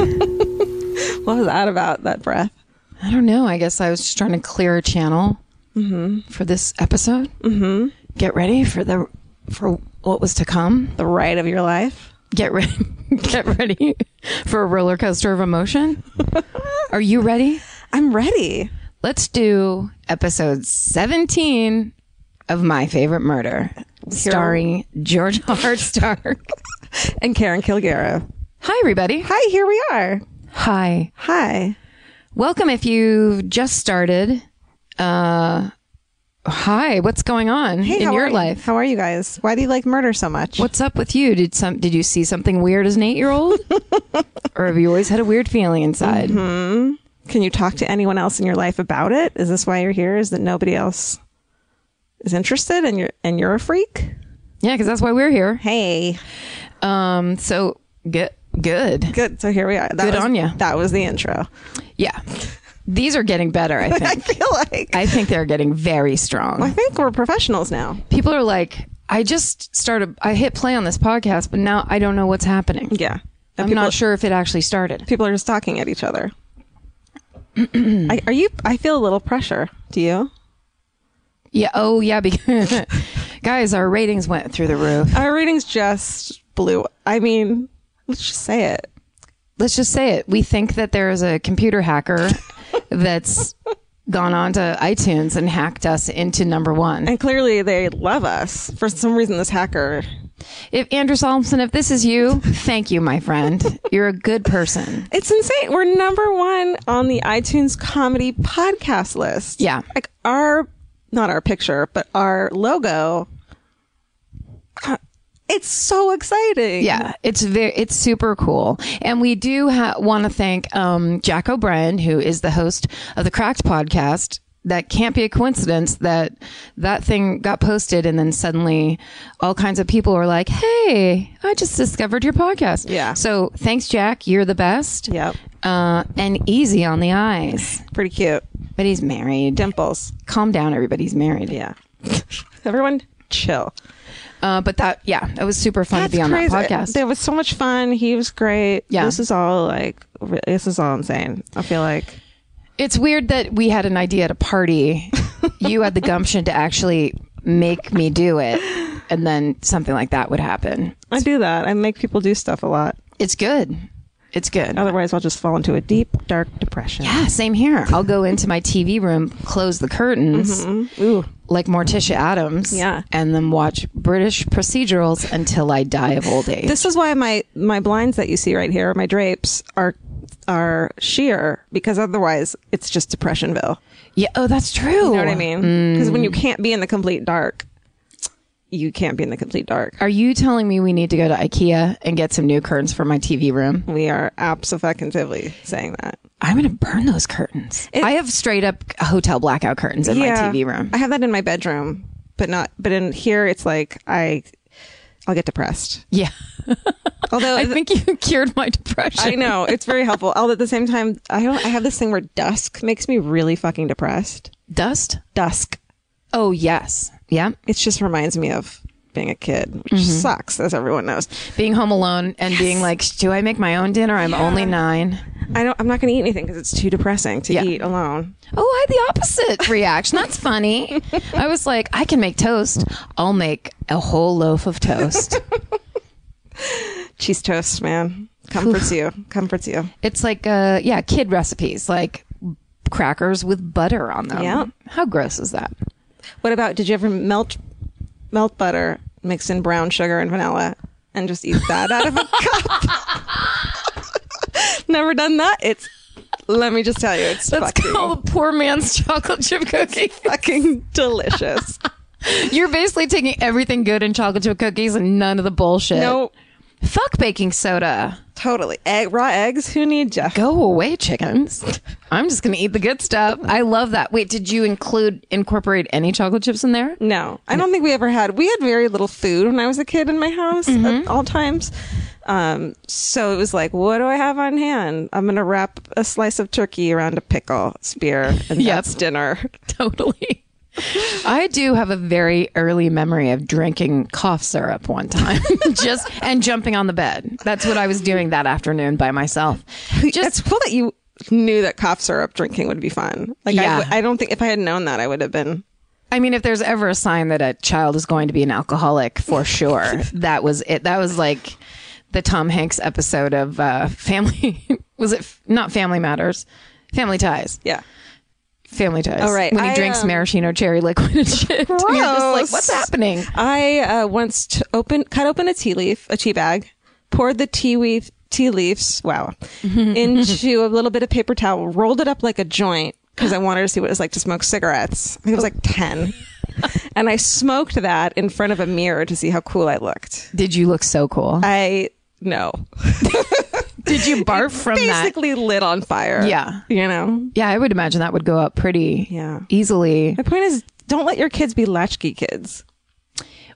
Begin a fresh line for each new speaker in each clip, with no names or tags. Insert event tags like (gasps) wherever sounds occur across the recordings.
What was that about, that breath?
I don't know. I guess I was just trying to clear a channel
Mm-hmm.
for this episode. Mm-hmm. Get ready for the for what was to come.
The ride of your life?
Get ready. (laughs) Get ready for a roller coaster of
(laughs)
emotion. Are you ready?
I'm ready.
Let's do episode 17 of My Favorite Murder, starring George (laughs) R. Stark.
(laughs) And Karen Kilgara.
Hi, everybody.
Hi, here we are.
Hi.
Hi.
Welcome if you've just started. Uh, hi, what's going on
Hey,
in
how
your
are you?
life?
How are you guys? Why do you like murder so much?
What's up with you? Did some did you see something weird as an eight year old? or have you always had a weird feeling inside?
Can you talk to anyone else in your life about it? Is this why you're here? Is that nobody else is interested and you're and you're a freak?
Yeah, because that's why we're here.
Hey.
Um, so good good.
Good. So here we are. That
Good
was,
on ya.
That was the intro.
Yeah. These are getting better, I
(laughs) I (laughs)
think.
feel like I,
I think they're getting very strong.
think we're professionals now.
People are like, I just started I hit play on this podcast, but now I don't know what's happening.
Yeah.
I'm not sure if it actually started.
People are just talking at each (clears throat) other. I, are you? I feel a little pressure. Do you?
Yeah. Oh, yeah. Because (laughs) guys, our ratings went through the roof.
Our ratings just blew. I mean, let's just say it.
Let's just say it. We think that there is a computer hacker that's gone on to iTunes and hacked us into number one.
And clearly, they love us. For some reason, this hacker.
If Andrew Solomson, if this is you, thank you, my friend. You're a good person.
It's insane. We're number one on the iTunes comedy podcast list.
Yeah.
Like our, not our picture, but our logo. uh, It's so exciting.
Yeah, it's very it's super cool, and we do ha- want to thank um, Jack O'Brien, who is the host of the Cracked podcast. That can't be a coincidence that that thing got posted, and then suddenly all kinds of people were like, "Hey, I just discovered your podcast."
Yeah.
So thanks, Jack. You're the best.
Yep.
Uh, and easy on the eyes,
Pretty cute.
but he's married.
Dimples.
Calm down, everybody. He's married.
Yeah. (laughs) Everyone, chill.
Uh, but that, yeah, it was super fun to be on that podcast.
There was so much fun. He was great.
Yeah.
This is all like, re- this is all insane. I feel like.
It's weird that we had an idea at a party. you had the gumption to actually make me do it, and then something like that would happen.
I do that. I make people do stuff a lot.
It's good. It's good.
Otherwise, I'll just fall into a deep, dark depression.
Yeah, same here. I'll go into my TV room, close the curtains,
Mm-hmm. Ooh.
like Morticia Adams,
Yeah.
and then watch British procedurals until I die of old age.
This is why my my blinds that you see right here, my drapes are are sheer because otherwise it's just depressionville.
yeah. Oh, Mm. that's true.
You know what I mean? Because when you can't be in the complete dark, you can't be in the complete dark.
Are you telling me we need to go to IKEA and get some new curtains for my TV room?
We are absolutely saying that.
I'm gonna burn those curtains. I have straight up hotel blackout curtains in my TV room.
I have that in my bedroom, but not. But in here, it's like I, I'll get depressed.
yeah,
Although
I think you (laughs) cured my depression. (laughs)
I know it's very helpful. Although at the same time, I don't. I have this thing where dusk makes me really fucking depressed.
Dust?
Dusk.
Oh yes, yeah.
It just reminds me of being a kid, which
Mm-hmm.
sucks, as everyone knows.
Being home alone and being like, do I make my own dinner? I'm only nine.
I don't. I'm not going to eat anything because it's too depressing to
Yeah.
eat alone.
Oh, I had the opposite reaction. That's funny. I was like, I can make toast. I'll make a whole loaf of (laughs) toast.
Cheese toast, man, comforts you. Comforts you.
it's like, uh, yeah, kid recipes. Like crackers with butter on them.
Yeah.
How gross is that?
What about did you ever melt melt butter, mix in brown sugar and vanilla, and just eat that out of
(laughs)
a cup? (laughs) Never done that. It's let me just tell you, it's
That's
fucking,
called (laughs) poor man's chocolate chip cookie.
fucking delicious.
You're basically taking everything good in chocolate chip cookies and none of the bullshit.
no,
Fuck baking soda.
totally. Egg raw eggs. Who need Jeff?
Go away, chickens. I'm just going to eat the good stuff. I love that. Wait, did you include, incorporate any chocolate chips in there?
No, I don't think we ever had. We had very little food when I was a kid in my house
Mm-hmm.
at all times. Um, so it was like, what do I have on hand? I'm gonna wrap a slice of turkey around a pickle spear, and
Yep.
that's dinner.
(laughs) Totally. I do have a very early memory of drinking cough syrup one time, (laughs) just and jumping on the bed. That's what I was doing that afternoon by myself.
it's
Just
cool that you knew that cough syrup drinking would be fun. Like, I
Yeah.
w- I don't think if I had known that, I would have been.
I mean, if there's ever a sign that a child is going to be an alcoholic, for
(laughs)
sure, that was it. That was like the Tom Hanks episode of uh, Family. (laughs) Was it f- not Family Matters? Family Ties.
Yeah.
Family Ties.
Oh, right.
When he
I,
drinks
um,
maraschino cherry liquid and shit. (laughs) You're just like,
Gross.
what's happening?
I uh, once t- opened, cut open a tea leaf, a tea bag, poured the tea leaf, tea leaves,
(laughs)
wow, into a little bit of paper towel, rolled it up like a joint because I wanted to see what it was like to smoke cigarettes. I think it was like
(laughs)
ten, and I smoked that in front of a mirror to see how cool I looked.
Did you look so cool?
I no, (laughs)
Did you barf from that?
basically lit on fire.
Yeah.
you know.
Yeah, I would imagine that would go up pretty
Yeah.
easily.
My point is, don't let your kids be latchkey kids.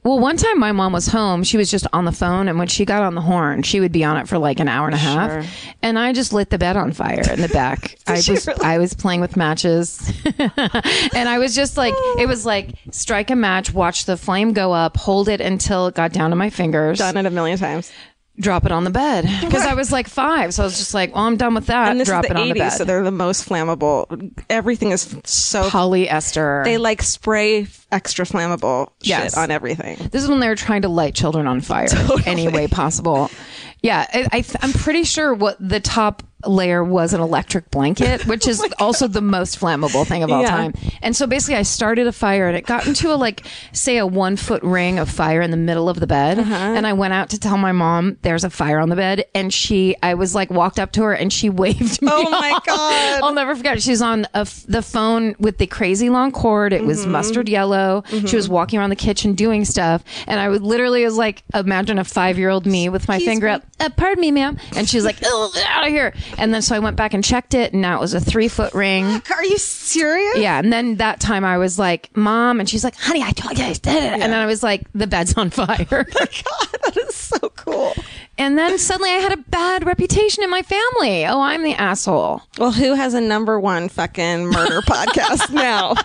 Well, one time my mom was home. She was just on the phone, and when she got on the horn, she would be on it for like an hour and a half. And I just lit the bed on fire in the
(laughs)
back. I
she
was
really?
I was playing with matches, (laughs) and I was just like,
Oh.
it was like strike a match, watch the flame go up, hold it until it got down to my fingers,
Done it a million times.
drop it on
(laughs)
the bed because I was like five, so I was just like, well, I'm done with that.
And this
drop
is the
it on the
80s,
bed.
so they're the most flammable. Everything is so
Polyester.
they like spray f- extra flammable
Yes.
shit on everything.
This is when they were trying to light children
(laughs)
on fire any way possible. Yeah, I, I th- I'm pretty sure what the top layer was an
(laughs)
electric blanket, which is also the most flammable thing of all
Oh Yeah.
time. And so basically, I started a fire and it got into a like, say, a one foot ring of fire in the middle of the bed.
Uh-huh.
And I went out to tell my mom there's a fire on the bed, and she, I was like, walked up to her and she (laughs) waved me.
Oh my
(laughs)
God.
I'll never forget. She was on a f- the phone with the crazy long cord. It
Mm-hmm.
was mustard yellow. She was walking around the kitchen doing stuff, and I would literally was like, imagine a five year old me with my finger up. Uh, pardon me, ma'am. And she was like, "Ugh, get out of here. And then so I went back and checked it, and now it was a three foot ring.
Are you serious?
Yeah, and then that time I was like, "Mom," and she's like, "Honey, I told you." (laughs) I did it." And then I was like, "The bed's
(laughs)
on fire."
So cool.
and then suddenly I had a bad reputation in my family. Oh, I'm the asshole.
Well, who has a number one fucking (laughs) murder podcast now?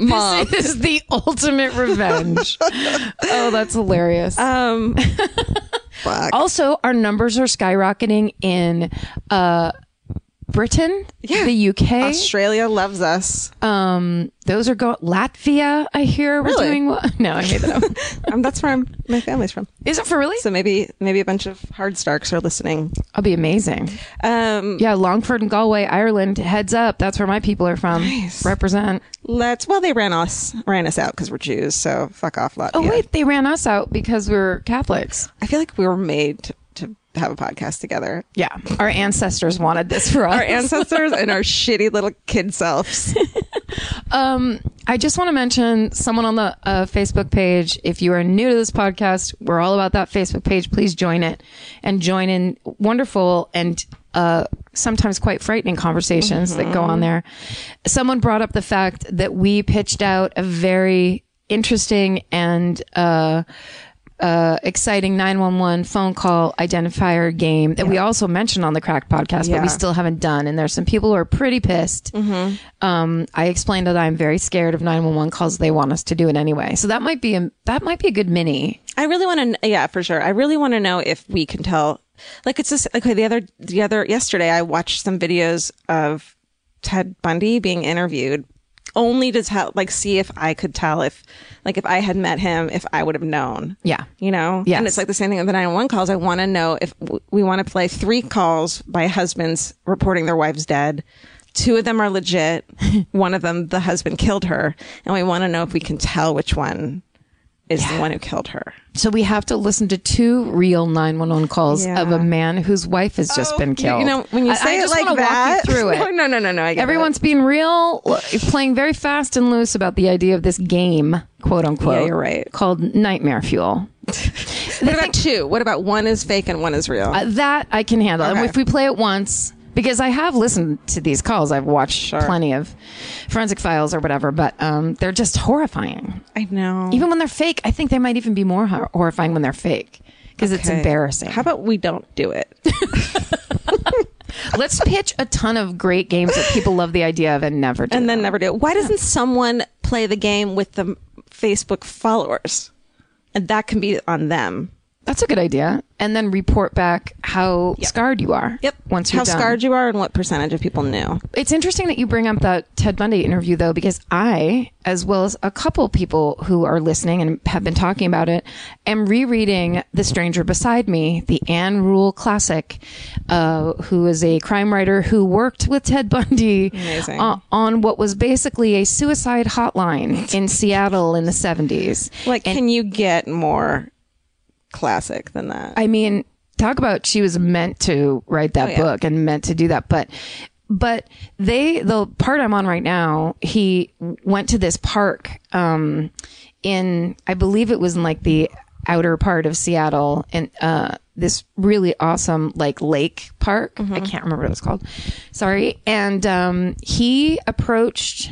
Mom.
This is the ultimate revenge. oh, that's hilarious.
Um, (laughs) fuck.
also, our numbers are skyrocketing in uh, Britain, the UK.
Australia loves us.
um, those are going. Latvia, I hear, we're
Really?
doing well. No, I hate (laughs) that.
Um, that's where I'm, my family's from.
is it for really?
So maybe maybe a bunch of hard starks are listening.
I'll be amazing.
Um,
Yeah, Longford and Galway, Ireland. Heads up, that's where my people are from. Represent.
let's. Well, they ran us ran us out because we're Jews. So fuck off, Latvia.
Oh wait, they ran us out because we're Catholics.
I feel like we were made to, to have a podcast together.
Yeah, our ancestors wanted this for
(laughs)
us.
Our ancestors and our shitty little kid selves.
Um, I just want to mention someone on the uh, Facebook page. If you are new to this podcast, we're all about that Facebook page. Please join it and join in wonderful and uh, sometimes quite frightening conversations that go on there. Someone brought up the fact that we pitched out a very interesting and uh, uh, exciting 911 phone call identifier game that we also mentioned on the Crack podcast, but
Yeah.
we still haven't done. And there's some people who are pretty pissed. Um, I explained that I'm very scared of 911 calls. They want us to do it anyway. So that might be a, that might be a good mini.
I really want to, yeah, for sure. I really want to know if we can tell. Like it's just okay. The other, the other yesterday, I watched some videos of Ted Bundy being interviewed, only to tell, like, see if I could tell if, like, if I had met him, if I would have known.
Yeah.
You know.
Yes.
And it's like the same thing with the nine one one calls. I want to know if w- we want to play three calls by husbands reporting their wives dead. Two of them are legit.
(laughs)
One of them, the husband killed her, and we want to know if we can tell which one is the one who killed her.
So we have to listen to two real 911 calls
Yeah. Oh,
of a man whose wife has just been
You-
killed.
You know, when you
I-
say
I
it
just
like
wanna
that, (laughs)
walk you through it.
No, no, no, no, no. I get
Everyone's
it.
being real, playing very fast and loose about the idea of this game, quote unquote.
Yeah, you're right.
Called Nightmare Fuel.
What about two? What about one is fake and one is real?
Uh, that I can handle. And
Okay.
if we play it once, because I have listened to these calls, I've watched plenty of forensic files or whatever, but um, they're just horrifying.
I know.
Even when they're fake, I think they might even be more hor- horrifying when they're fake because it's
Okay.
embarrassing.
How about we don't do it?
Let's pitch a ton of great games that people love the idea of and never do.
and then never do it. Why doesn't someone play the game with the Facebook followers? And that can be on them.
That's a good idea. And then report back how scarred you are. Once you're
how
done.
scarred you are and what percentage of people knew.
It's interesting that you bring up that Ted Bundy interview, though, because I, as well as a couple people who are listening and have been talking about it, am rereading The Stranger Beside Me, the Anne Rule classic, uh, who is a crime writer who worked with Ted Bundy
Amazing.
uh, on what was basically a suicide hotline in Seattle in the 70s.
Like, can you get more classic than that?
I mean, talk about she was meant to write that book and meant to do that, but but they the part I'm on right now, he went to this park um in I believe it was in like the outer part of Seattle and uh this really awesome like lake park. I can't remember what it was called. Sorry. And um he approached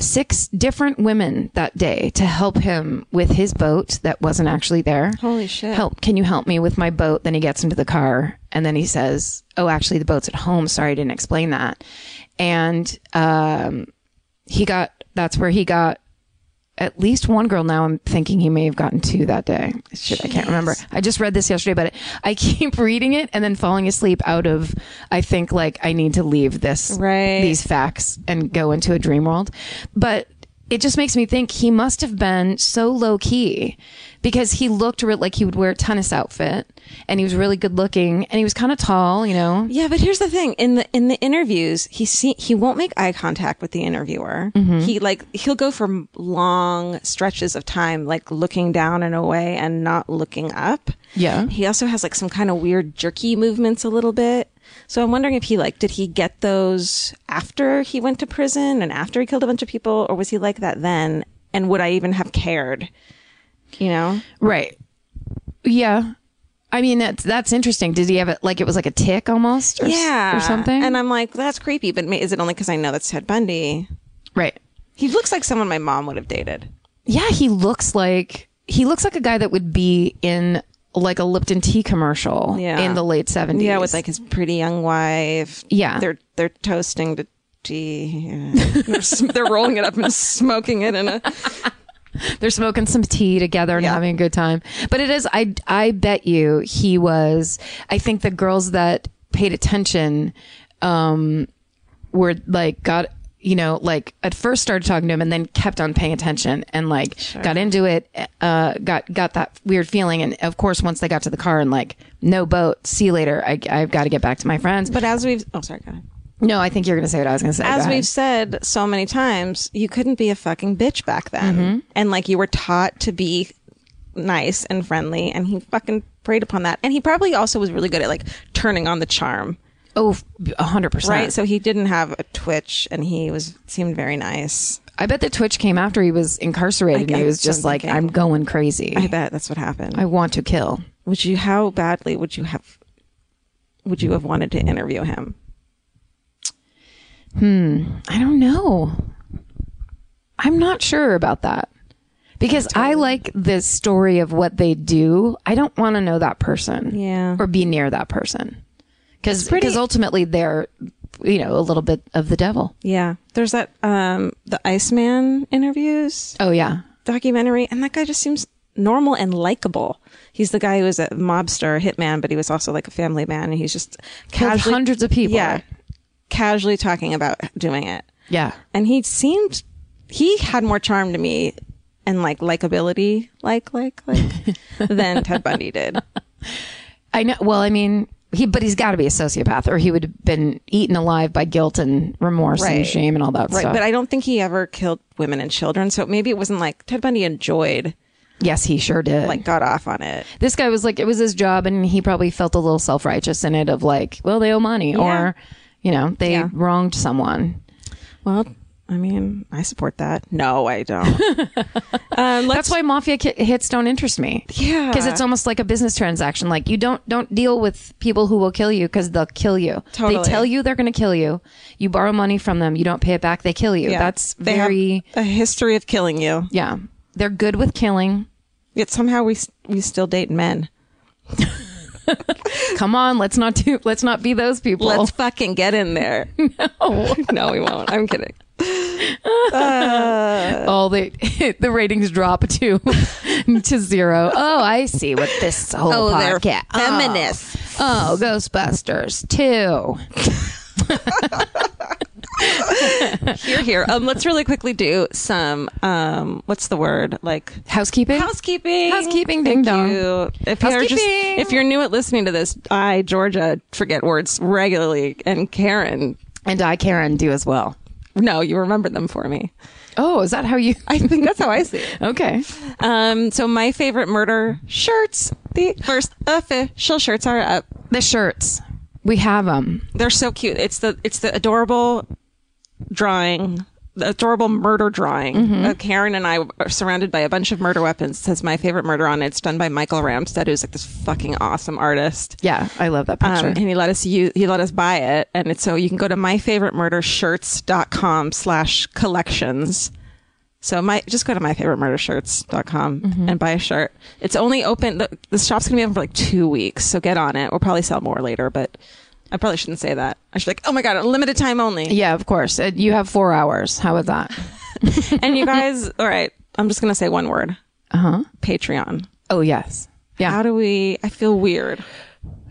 six different women that day to help him with his boat that wasn't actually there.
Holy shit.
Help, can you help me with my boat? Then he gets into the car and then he says, "Oh, actually the boat's at home. Sorry I didn't explain that." And um he got that's where he got at least one girl now I'm thinking he may have gotten two that day. Shit, I can't remember. I just read this yesterday, but I (laughs) keep reading it and then falling asleep out of I think like I need to leave this
Right.
these facts and go into a dream world. But it just makes me think he must have been so low key because he looked re- like he would wear a tennis outfit and he was really good looking and he was kind of tall, you know.
Yeah, but here's the thing: in the in the interviews, he see he won't make eye contact with the interviewer.
Mm-hmm.
He like he'll go for m- long stretches of time, like looking down and away and not looking up.
Yeah.
He also has like some kind of weird jerky movements a little bit. So I'm wondering if he like did he get those after he went to prison and after he killed a bunch of people, or was he like that then? And would I even have cared? You know,
Right. Yeah. I mean that's that's interesting. Did he have it like it was like a tick almost or, s-
yeah,
or something?
And I'm like, that's creepy. But ma- is it only because I know that's Ted Bundy?
right.
He looks like someone my mom would have dated.
Yeah, he looks like he looks like a guy that would be in like a Lipton tea commercial
Yeah.
in the late 70s.
Yeah, with like his pretty young wife.
Yeah.
they're they're toasting to tea. (laughs) Yeah. they're, sm- they're rolling it up and smoking it in a.
they're smoking some tea together and having a good time. But it is, I, I bet you he was, I think the girls that paid attention, um, were like, got, you know, like at first started talking to him and then kept on paying attention and like got into it, uh, got, got that weird feeling. And of course, once they got to the car and like, no boat, see you later. I, I've got to get back to my friends. But uh,
But as we've oh sorry, go ahead.
no, I think you're going to say what I was going to say. Go
as
ahead.
we've said so many times, you couldn't be a fucking bitch back then, and like you were taught to be nice and friendly, and he fucking preyed upon that. And he probably also was really good at like turning on the charm,
oh, 100%.
right? So he didn't have a twitch, and he was seemed very nice.
I bet the Twitch came after he was incarcerated and he
guess
was just
so,
like,
thinking.
I'm going crazy.
I
I,
bet that's what happened.
want to kill.
would you how badly would you have would you have wanted to interview him
I don't know. I'm not sure about that because I like the story of what they do. I don't want to know that person
Yeah.
or be near that person because
pretty-
ultimately they're, you know, a little bit of the devil.
yeah there's that um the iceman interviews
Oh, yeah.
documentary and that guy just seems normal and likable he's the guy who was a mobster hitman but he was also like a family man and he's just
Killed
casually
hundreds of people.
yeah casually talking about doing it
Yeah.
and he seemed he had more charm to me and like (laughs) likability like like like than ted bundy did
I know. Well, I mean, he, but he's got to be a sociopath, or he would have been eaten alive by guilt and remorse and
Right.
shame and all that
Right,
stuff.
but I don't think he ever killed women and children, so maybe it wasn't like Ted Bundy enjoyed,
yes, he sure did.
like got off on it.
this guy was like it was his job and he probably felt a little self-righteous in it of like well they owe money or you know they
Yeah.
wronged someone
Well, I mean, I support that. No, I (laughs) don't. um, let's,
that's why mafia ki- hits don't interest me
Yeah.
because it's almost like a business transaction like you don't don't deal with people who will kill you because they'll kill you
Totally.
they tell you they're going to kill you you borrow money from them you don't pay it back they kill you
yeah,
that's
they have
very
a history of killing you.
yeah they're good with killing
Yet somehow we s- we still date men.
come on let's not do let's not be those people
Let's fucking get in (laughs) there.
(laughs)
No, no, we won't. I'm kidding.
all the Oh, (laughs) the ratings drop to (laughs) to zero. Oh, I see what this whole
Oh, they're
podcast.
feminists.
Oh, Ghostbusters too.
Here, here. Um, let's really quickly do some. Um, what's the word? Like
Housekeeping.
housekeeping.
Housekeeping, ding dong.
you. If you're just
Housekeeping.
if you're new at listening to this, I Georgia forget words regularly, and Karen.
and I Karen do as well.
No, you remember them for me.
Oh, is that how you? (laughs)
I think that's how I see it.
Okay.
(laughs) Um, so my favorite murder shirts. The first official shirts are up.
The shirts. We have them.
They're so cute. It's the it's the adorable drawing, the adorable murder drawing. of Karen and I are surrounded by a bunch of murder weapons. It says my favorite murder on it. It's done by Michael Ramstead, who's like this fucking awesome artist.
Yeah, I love that picture.
Um, and he let us use, he let us buy it. And it's, so you can go to myfavoritemurdershirts.com slash collections. So my, just go to myfavoritemurdershirts.com and buy a shirt. It's only open, the, the shop's going to be open for like two weeks. So get on it. We'll probably sell more later, but I probably shouldn't say that. I should like, oh my God, limited time only.
yeah, of course. Uh, You have four hours. How about that?
and you guys, all right, I'm just going to say one word. Uh huh. Patreon.
Uh-huh. Oh yes. Yeah.
How do we, I feel weird.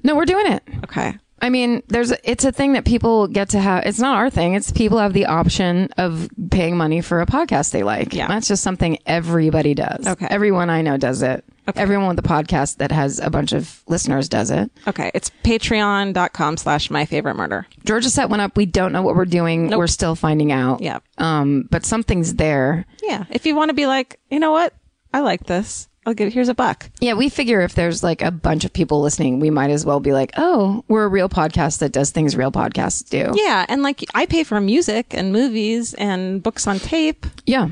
no, we're doing it.
Okay.
I mean, there's it's a thing that people get to have. It's not our thing. It's people have the option of paying money for a podcast they like.
Yeah.
that's just something everybody does.
Okay.
everyone I know does it.
Okay.
Everyone with a podcast that has a bunch of listeners does it.
Okay. It's patreon.com slash my favorite murder.
Georgia set one up. We don't know what we're doing. We're still finding out.
Yeah.
Um, but something's there.
Yeah. If you want to be like, you know what? I like this. I'll give here's a buck.
Yeah, we figure if there's like a bunch of people listening, we might as well be like, oh, we're a real podcast that does things real podcasts do.
Yeah. And like I pay for music and movies and books on tape.
Yeah.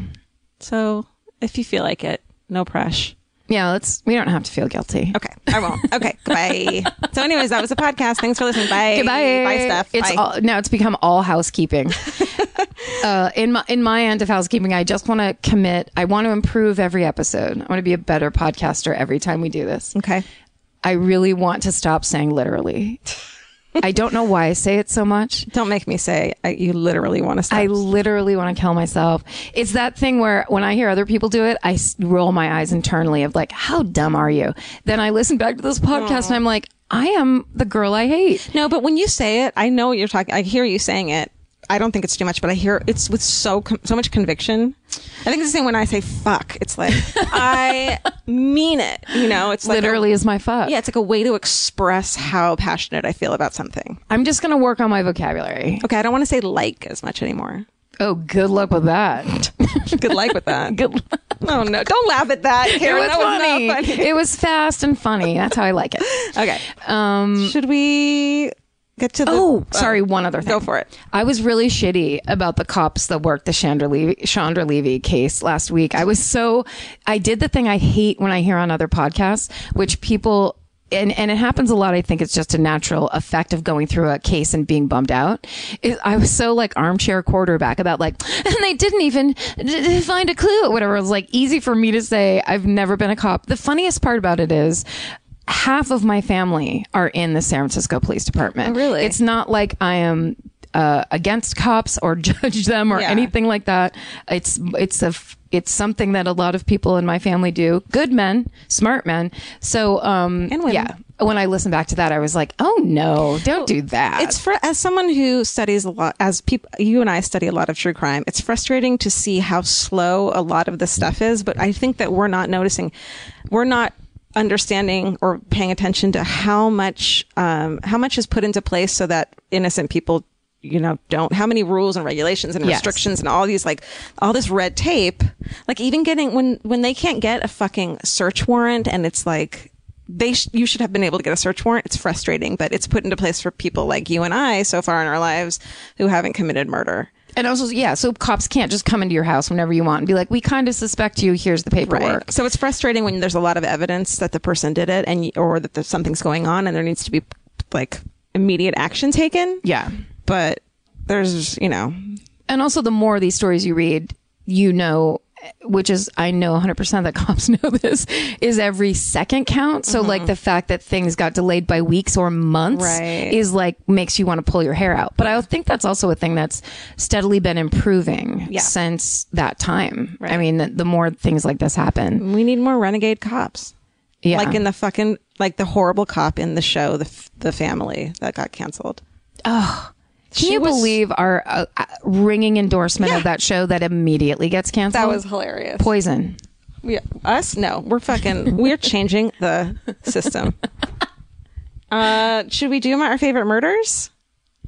So if you feel like it, no pressure.
Yeah. Let's. We don't have to feel guilty.
Okay. I won't. Okay. (laughs) Goodbye. So anyways, that was the podcast. Thanks for listening. Bye.
Goodbye.
Bye Steph.
It's
Bye.
all now. It's become
(laughs)
all housekeeping. uh, in my in my end of housekeeping, I just want to commit. I want to improve every episode. I want to be a better podcaster every time we do this.
okay.
I really want to stop saying literally. I don't know why I say it so much.
Don't make me say I, you literally want to stop.
I literally want to kill myself. It's that thing where when I hear other people do it, I s- roll my eyes internally of like, how dumb are you? Then I listen back to this podcast and I'm like, I am the girl I hate.
no, but when you say it, I know what you're talking. I hear you saying it. I don't think it's too much, but I hear it's with so com- so much conviction. I think it's the same when I say fuck. It's
(laughs)
like I mean it. You know, it's like a-
Literally is my fuck.
Yeah, it's like a way to express how passionate I feel about something.
I'm just going to work on my vocabulary.
Okay, I don't want to say like as much anymore. (laughs)
Oh, good luck with (laughs) that.
Good luck with that.
Good luck.
Oh no, don't laugh at that.
It
Karen.
was,
that
funny.
Was not funny.
(laughs) It was fast and funny. That's how I like it.
Okay,
Um,
should we get to the?
(laughs)
uh,
oh, sorry. One other thing.
go for it.
I was really shitty about the cops that worked the Chandra Levy, Chandra Levy case last week. I was so, I did the thing I hate when I hear on other podcasts, which people, and, and it happens a lot. I think it's just a natural effect of going through a case and being bummed out. It, I was so like armchair quarterback about like, (laughs) and they didn't even d- d- find a clue or whatever. It was like easy for me to say, I've never been a cop. The funniest part about it is, half of my family are in the San Francisco Police Department.
Oh, really?
It's not like I am uh, against cops or (laughs) judge them or
Yeah.
anything like that. It's it's a f- it's something that a lot of people in my family do. Good men, smart men. So um
And women.
yeah. When I listened back to that, I was like, "Oh no, don't do that."
It's for as someone who studies a lot, as people, you and I study a lot of true crime. It's frustrating to see how slow a lot of this stuff is, but I think that we're not noticing. We're not
understanding or paying attention to how much um, how much is put into place so that innocent people you know don't how many rules and regulations and
Yes.
restrictions and all these like all this red tape like even getting when when they can't get a fucking search warrant and it's like they sh- you should have been able to get a search warrant it's frustrating but it's put into place for people like you and I so far in our lives who haven't committed murder
And also, yeah, so cops can't just come into your house whenever you want and be like, we kind of suspect you. Here's the paperwork.
So it's frustrating when there's a lot of evidence that the person did it and or that there's something's going on and there needs to be like immediate action taken.
Yeah.
But there's, you know,
And also, the more of these stories you read, you know, which is, I know 100% that (laughs) cops know this, is every second count. So,
Mm-hmm.
like, the fact that things got delayed by weeks or months
Right.
is like, makes you want to pull your hair out. But I think that's also a thing that's steadily been improving since that time. I mean, the, the more things like this happen.
we need more renegade cops.
Yeah.
Like in the fucking like the horrible cop in the show the f- the family that got canceled.
Can you
was-
believe our uh, uh, ringing endorsement of that show that immediately gets canceled?
hilarious.
poison.
We, us? No, we're fucking we're changing the system. Uh, should we do my our favorite murders?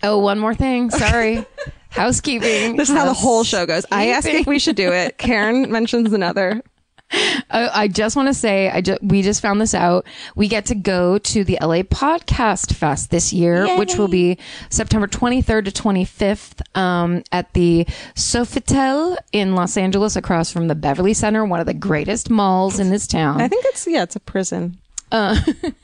Oh, one more thing. Sorry. Housekeeping.
(laughs) This is how the whole show goes. I ask if we should do it. Karen mentions another.
I, I just want to say, I ju- we just found this out. We get to go to the LA Podcast Fest this year, which will be September 23rd to 25th um, at the Sofitel in Los Angeles, across from the Beverly Center, one of the greatest malls in this town.
I (laughs) think it's yeah, it's a prison.
the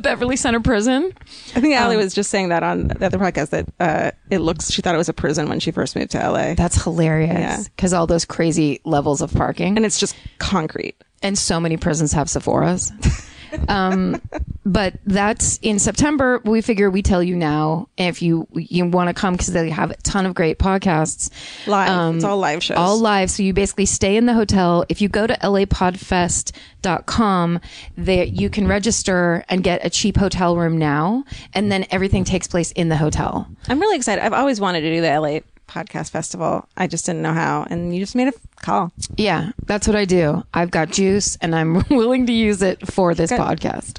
Beverly Center Prison.
I think Allie was just saying that on the other podcast that uh, it looks she thought it was a prison when she first moved to LA,
That's
Yeah.
hilarious because all those crazy levels of parking.
and it's just concrete.
and so many prisons have Sephora's. (laughs) um, but that's in September. We figure we tell you now if you you want to come because they have a ton of great podcasts.
Live. It's all live shows.
All live. So you basically stay in the hotel. If you go to lapodfest.com, there you can register and get a cheap hotel room now, and then everything takes place in the hotel.
I'm really excited. I've always wanted to do the LA podcast festival. I just didn't know how, and you just made a f- call.
Yeah, that's what I do. I've got juice, and I'm (laughs) willing to use it for this podcast.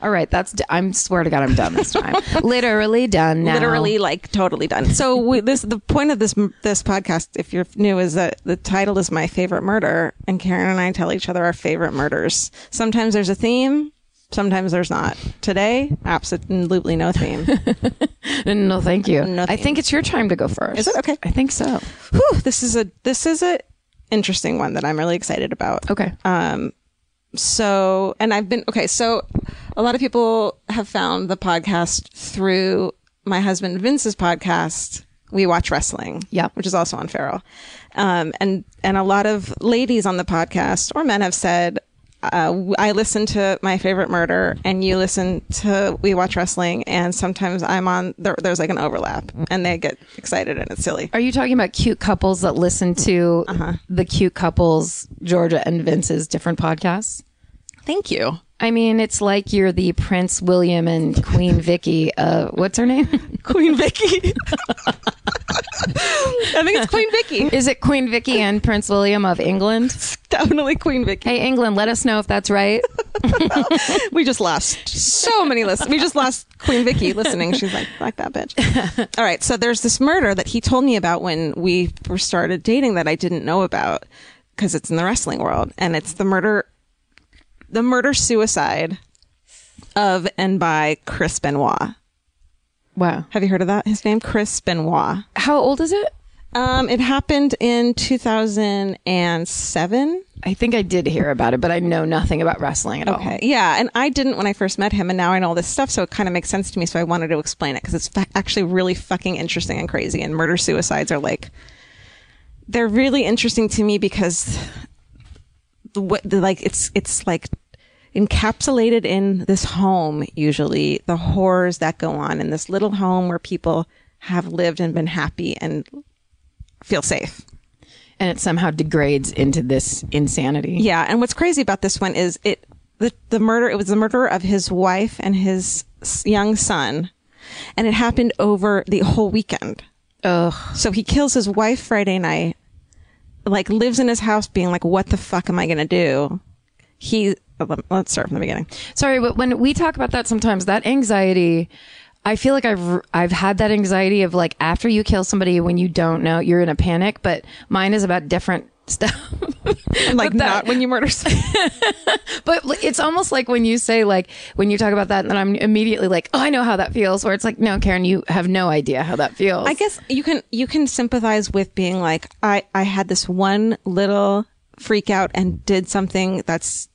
All right, that's. D- I'm swear to God, I'm done
(laughs)
this time. Literally done now.
Literally, like totally done. So we, this the point of this this podcast, if you're new, is that the title is my favorite murder, and Karen and I tell each other our favorite murders. Sometimes there's a theme, sometimes there's not. Today, absolutely
(laughs)
no theme.
No, thank you.
No,
I
thank
think
you.
it's your time to go first.
Is it? Okay.
I think so.
Whew, this is a this is a interesting one that I'm really excited about.
Okay.
Uh,
Um, so, and I've been, okay, so a lot of people have found the podcast through my husband Vince's podcast. We watch wrestling.
Yeah.
Which is also on Feral. Um, and, and a lot of ladies on the podcast or men have said, uh, I listen to my favorite murder and you listen to we watch wrestling and sometimes I'm on there, there's like an overlap and they get excited and it's silly.
Are you talking about cute couples that listen to the cute couples Georgia and Vince's different podcasts?
Thank you.
I mean, it's like you're the Prince William and Queen Vicky. Uh, what's her name?
Queen Vicky. I think it's
(laughs)
Queen Vicky.
(laughs) Is it Queen Vicky and Prince William of England?
Definitely Queen Vicky.
Hey, England, let us know if that's right.
We just lost so many listeners. We just lost Queen Vicky listening. She's like, like that bitch. All right. So there's this murder that he told me about when we first started dating that I didn't know about because it's in the wrestling world. And it's the murder, the murder suicide of and by Chris Benoit.
(laughs) Wow.
Have you heard of that? His name, Chris Benoit.
How old is it?
Um, it happened in 2007.
I think I did hear about it, but I know nothing about wrestling at all.
Okay. Yeah. And I didn't when I first met him, and now I know all this stuff, so it kind of makes sense to me. So I wanted to explain it because it's fa- actually really fucking interesting and crazy. And murder suicides are like, they're really interesting to me because the, wa- the like it's it's like encapsulated in this home usually the horrors that go on in this little home where people have lived and been happy and feel safe
And it somehow degrades into this insanity.
Yeah, and what's crazy about this one is it the the murder it was the murder of his wife and his s- young son, and it happened over the whole weekend.
Ugh.
So he kills his wife Friday night, like lives in his house, being like, "What the fuck am I gonna do?" He oh, let- let's start from the
(laughs)
beginning.
Sorry, but when we talk about that sometimes, that anxiety, I feel like I've I've had that anxiety of like after you kill somebody when you don't know, you're in a panic, but mine is about different (laughs) stuff.
Like
But that-
not when you murder. someone.
But like, it's almost like when you say like when you talk about that, then I'm immediately like, "Oh, I know how that feels." Where it's like, "No, Karen, you have no idea how that feels."
I guess you can you can sympathize with being like, I I had this one little freak out and did something that's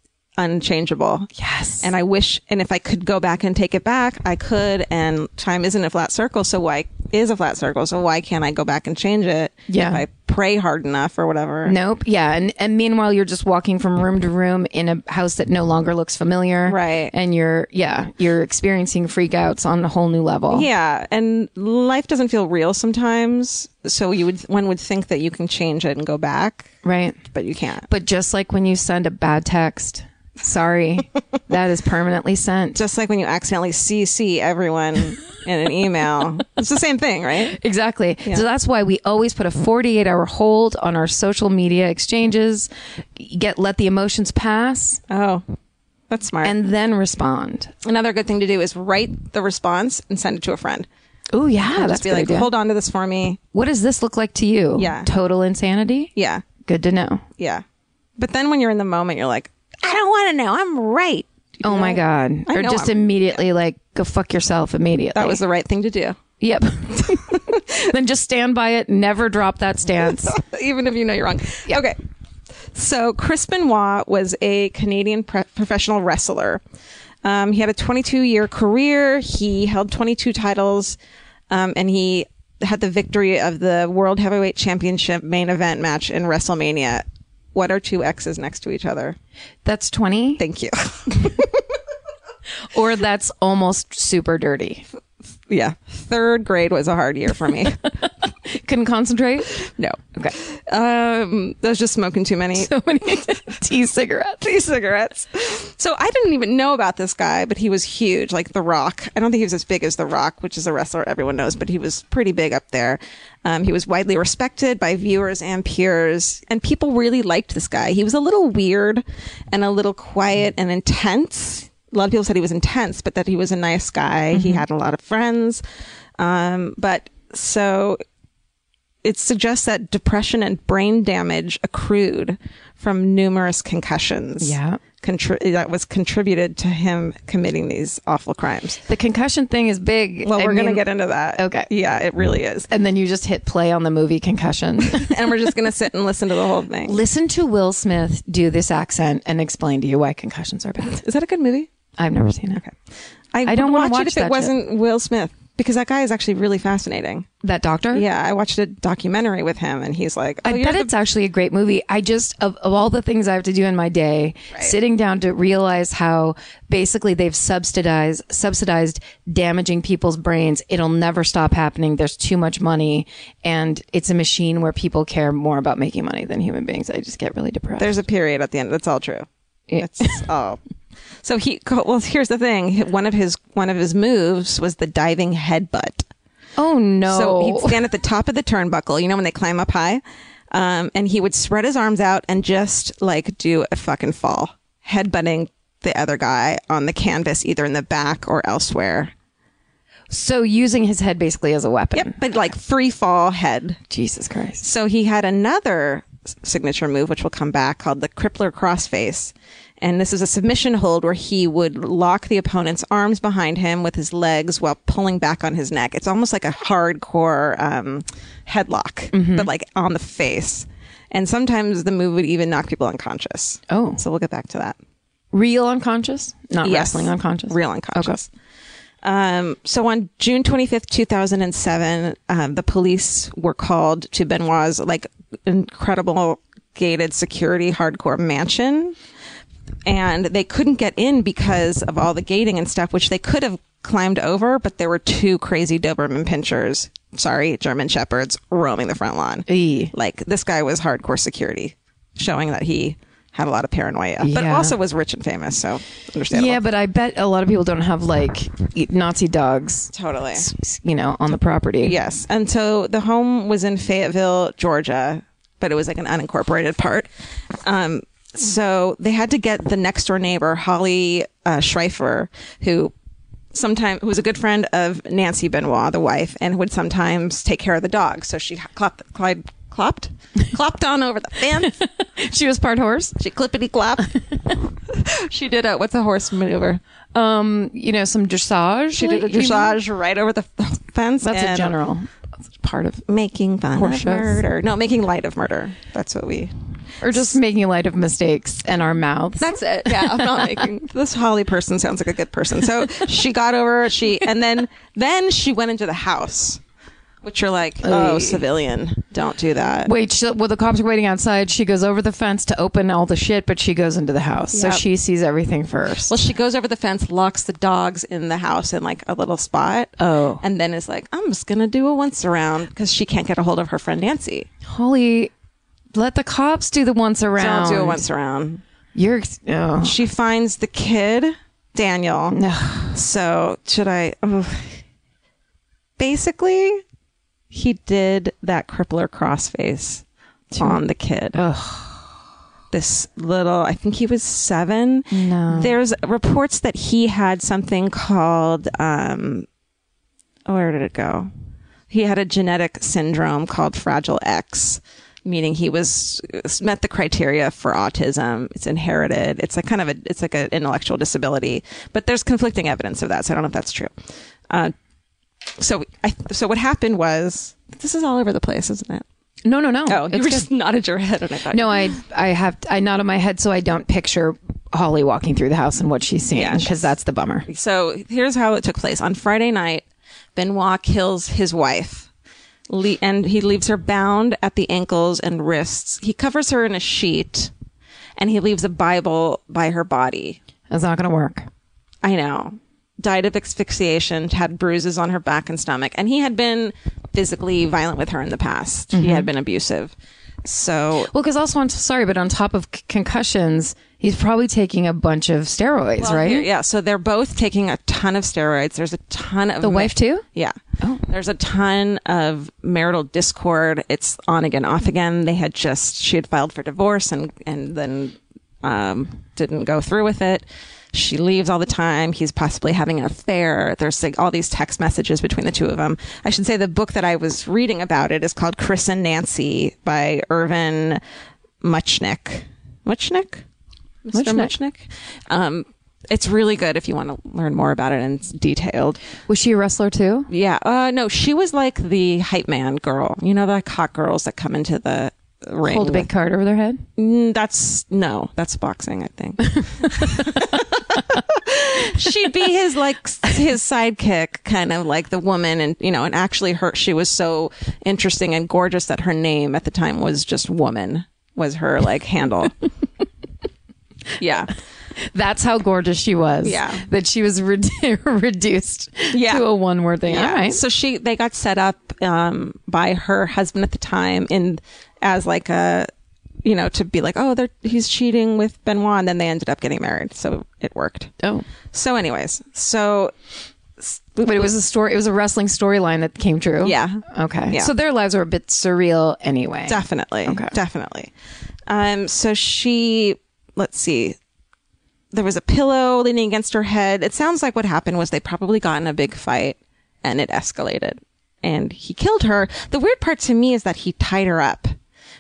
unchangeable.
yes.
And I wish, and if I could go back and take it back, I could. And time isn't a flat circle, so why is a flat circle? So why can't I go back and change it?
Yeah.
If I pray hard enough or whatever.
Nope. Yeah. And and meanwhile, you're just walking from room to room in a house that no longer looks familiar.
Right.
And you're yeah you're experiencing freakouts on a whole new level.
Yeah, and life doesn't feel real sometimes. So you would, one would think that you can change it and go back,
Right.
but you can't.
But just like when you send a bad text,
(laughs)
sorry, that is permanently sent.
Just like when you accidentally CC everyone in an email, it's the same thing, right?
Exactly. So that's why we always put a 48 hour hold on our social media exchanges, get let the emotions pass
Oh, that's smart. And
and then respond.
another good thing to do is write the response and send it to a friend.
Oh yeah, that's
Just be
a good
like,
idea.
hold on to this for me.
What does this look like to you?
Yeah.
Total insanity?
Yeah.
Good to know.
Yeah. But then when you're in the moment, you're like, I don't want to know. I'm right.
Oh my god.
I
or
know
just
I'm-
immediately like go fuck yourself immediately.
That was the right thing to do. (laughs)
Yep. (laughs) then just stand by it, never drop that stance.
(laughs) Even if you know you're wrong. Okay. So Chris Benoit was a Canadian pre- professional wrestler. Um, he had a 22 year career. He held 22 titles, um, and he had the victory of the World Heavyweight Championship main event match in WrestleMania. What are two X's next to each other?
That's 20,
Thank you. (laughs)
or that's almost super dirty.
yeah, third grade was a hard year for
(laughs)
me.
Couldn't concentrate. (laughs)
no,
Okay.
um, I was just smoking too many.
So many tea cigarettes.
these cigarettes. So I didn't even know about this guy, but he was huge, like The Rock. I don't think he was as big as The Rock, which is a wrestler everyone knows, but he was pretty big up there. Um, he was widely respected by viewers and peers, and people really liked this guy. He was a little weird and a little quiet and intense. A lot of people said he was intense, but that he was a nice guy. He had a lot of friends. Um, but so it suggests that depression and brain damage accrued from numerous concussions.
Yeah.
Contri- that was contributed to him committing these awful crimes.
The concussion thing is big.
Well,
I
we're going to
mean-
get into that.
okay.
Yeah, it really is.
And then you just hit play on the movie (laughs) Concussion.
and we're just going to sit and listen to the whole thing.
(laughs) Listen to Will Smith do this accent and explain to you why concussions are bad.
Is that a good movie?
I've never seen it.
Okay. I,
I don't
would
wanna watch
it if
that
it
shit.
wasn't Will Smith because that guy is actually really fascinating.
That doctor?
Yeah, I watched a documentary with him and he's like, oh,
I
you're
bet
the
it's actually a great movie. I just of, of all the things I have to do in my day, sitting down to realize how basically they've subsidized subsidized damaging people's brains. It'll never stop happening. There's too much money, and it's a machine where people care more about making money than human beings. I just get really depressed.
There's a period at the end. That's all true. That's all. (laughs) So he well, here's the thing. One of his one of his moves was the diving headbutt.
oh no!
So he'd stand at the top of the turnbuckle, you know, when they climb up high, um, and he would spread his arms out and just like do a fucking fall, headbutting the other guy on the canvas, either in the back or elsewhere.
so using his head basically as a weapon.
Yep, but like free fall head.
Jesus Christ!
So he had another s- signature move, which will come back, called the Crippler Crossface. And this is a submission hold where he would lock the opponent's arms behind him with his legs while pulling back on his neck. It's almost like a hardcore um, headlock, but like on the face. And sometimes the move would even knock people unconscious.
Oh.
So we'll get back to that.
Real unconscious, not
Yes.
wrestling unconscious.
Real unconscious. Um, so on June 25th, 2007, um, the police were called to Benoit's like incredible gated security hardcore mansion. And they couldn't get in because of all the gating and stuff, which they could have climbed over, but there were two crazy Doberman pinchers, sorry, German shepherds roaming the front lawn.
Eee.
Like this guy was hardcore security, showing that he had a lot of paranoia, but
Yeah.
also was rich and famous. So understandable.
Yeah, but I bet a lot of people don't have like e- Nazi dogs,
Totally.
you know, on the property.
Yes. And so the home was in Fayetteville, Georgia, but it was like an unincorporated part. Um, so they had to get the next door neighbor, Holly uh, Schreifer, who sometime who was a good friend of Nancy Benoit, the wife, and would sometimes take care of the dog. So she clopped, clopped,
(laughs)
clopped, clopped on over the fence.
(laughs) She was part horse.
she clippity
(laughs)
clopped. she did a what's a horse maneuver?
Um, you know, some dressage.
She did a dressage right over the f- fence.
That's a
and- um,
general that's part of,
making fun
Horse
of
shows.
murder. No, making light of murder. That's what we.
or just making light of mistakes and our mouths.
That's it. Yeah, I'm (laughs) not making this Holly person sounds like a good person. So she got over. She and then then she went into the house, which you're like, oh,
Oy.
civilian, don't do that.
Wait, she, well, the cops are waiting outside. She goes over the fence to open all the shit, but she goes into the house,
Yep.
so she sees everything first.
Well, she goes over the fence, locks the dogs in the house in like a little spot.
Oh.
and then is like, I'm just gonna do a once around because she can't get a hold of her friend Nancy.
Holly, let the cops do the once
So
around.
I'll do a once around.
You're oh.
She finds the kid, Daniel.
no.
So should I? Oh. Basically, he did that crippler crossface on the kid. This little, I think he was seven.
No.
There's reports that he had something called, um, oh, where did it go? He had a genetic syndrome called Fragile X, meaning he was met the criteria for autism. It's inherited. It's like kind of a, it's like an intellectual disability, but there's conflicting evidence of that. So I don't know if that's true. Uh, so, I, so what happened was, this is all over the place, isn't it?
No, no, no.
Oh, you
It's
were
good.
just nodded your head, and I thought,
No, I I have I nod on my head so I don't picture Holly walking through the house and what she's seeing
Yeah,
because
she's-
that's the bummer.
So here's how it took place. On Friday night, Benoit kills his wife. Le- and he leaves her bound at the ankles and wrists. He covers her in a sheet and he leaves a Bible by her body.
It's not going to work.
I know. Died of asphyxiation, had bruises on her back and stomach. And he had been physically violent with her in the past. He had been abusive. So
Well, because also I'm sorry, but on top of c- concussions, he's probably taking a bunch of steroids,
Well,
right?
here- Yeah. So they're both taking a ton of steroids. There's a ton of
The wife too?
Yeah. Oh. There's a ton of marital discord. It's on again,
Mm-hmm.
off again. They had just she had filed for divorce and and then um, didn't go through with it. She leaves all the time. He's possibly having an affair. There's like all these text messages between the two of them. I should say the book that I was reading about it is called Chris and Nancy by Irvin Muchnick. Muchnick? Mr. Muchnick? Um, it's really good if you want to learn more about it and it's detailed.
Was she a wrestler too?
Yeah. Uh, no, she was like the hype man girl. You know, the hot girls that come into the ring.
Hold a big card over their head.
Mm, that's no, that's boxing, I think. (laughs) She'd be his like s- his sidekick, kind of like the woman, and you know, and actually, her she was so interesting and gorgeous that her name at the time was just woman was her like handle. yeah,
That's how gorgeous she was.
Yeah.
that she was re- (laughs) reduced
Yeah.
to a one word thing.
Yeah.
All right.
So she they got set up um, by her husband at the time in as like a you know to be like oh they're he's cheating with Benoit and then they ended up getting married so it worked.
oh,
So anyways, so
but it was a story. It was a wrestling storyline that came true.
Yeah.
Okay.
Yeah.
So their lives were a bit surreal anyway.
definitely
Okay.
definitely. Um so she let's see there was a pillow leaning against her head. It sounds like what happened was they probably got in a big fight and it escalated and he killed her. The weird part to me is that he tied her up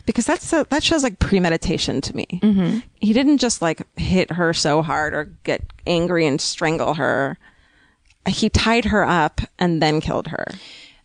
because that's a, that shows like premeditation to me.
Mm-hmm.
He didn't just like hit her so hard or get angry and strangle her. He tied her up and then killed her.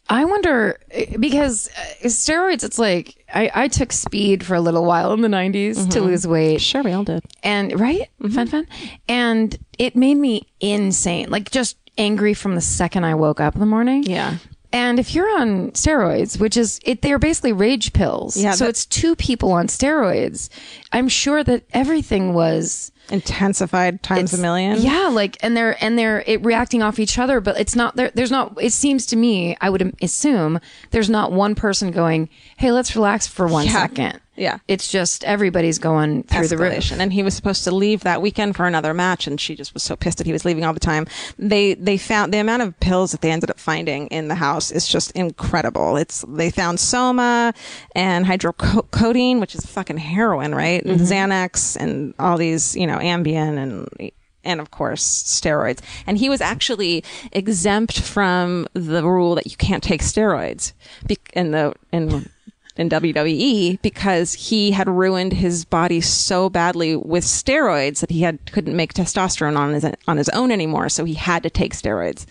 I wonder eh, because eh, steroids. It's like I, I took speed for a little while in the 90s to lose weight.
Mm-hmm. Sure, we all did. Mm-hmm.
and right fun fun and it made me insane like just angry from the second i woke up in the morning
Yeah.
and if you're on steroids which is it they're basically rage pills
Yeah,
so
that-
it's two people on steroids i'm sure that everything was
Intensified times a million.
yeah like and they're and they're it reacting off each other but it's not there there's not it seems to me i would assume there's not one person going hey let's relax for one
Yeah.
second.
Yeah.
it's just everybody's going through the roof
escalation. And he was supposed to leave that weekend for another match, and she just was so pissed that he was leaving all the time. They they found the amount of pills that they ended up finding in the house is just incredible. It's they found soma and hydrocodone, which is fucking heroin, right? And
Mm-hmm.
Xanax and all these, you know, Ambien and and of course steroids. And he was actually exempt from the rule that you can't take steroids be- in the in in WWE because he had ruined his body so badly with steroids that he had couldn't make testosterone on his on his own anymore. So he had to take steroids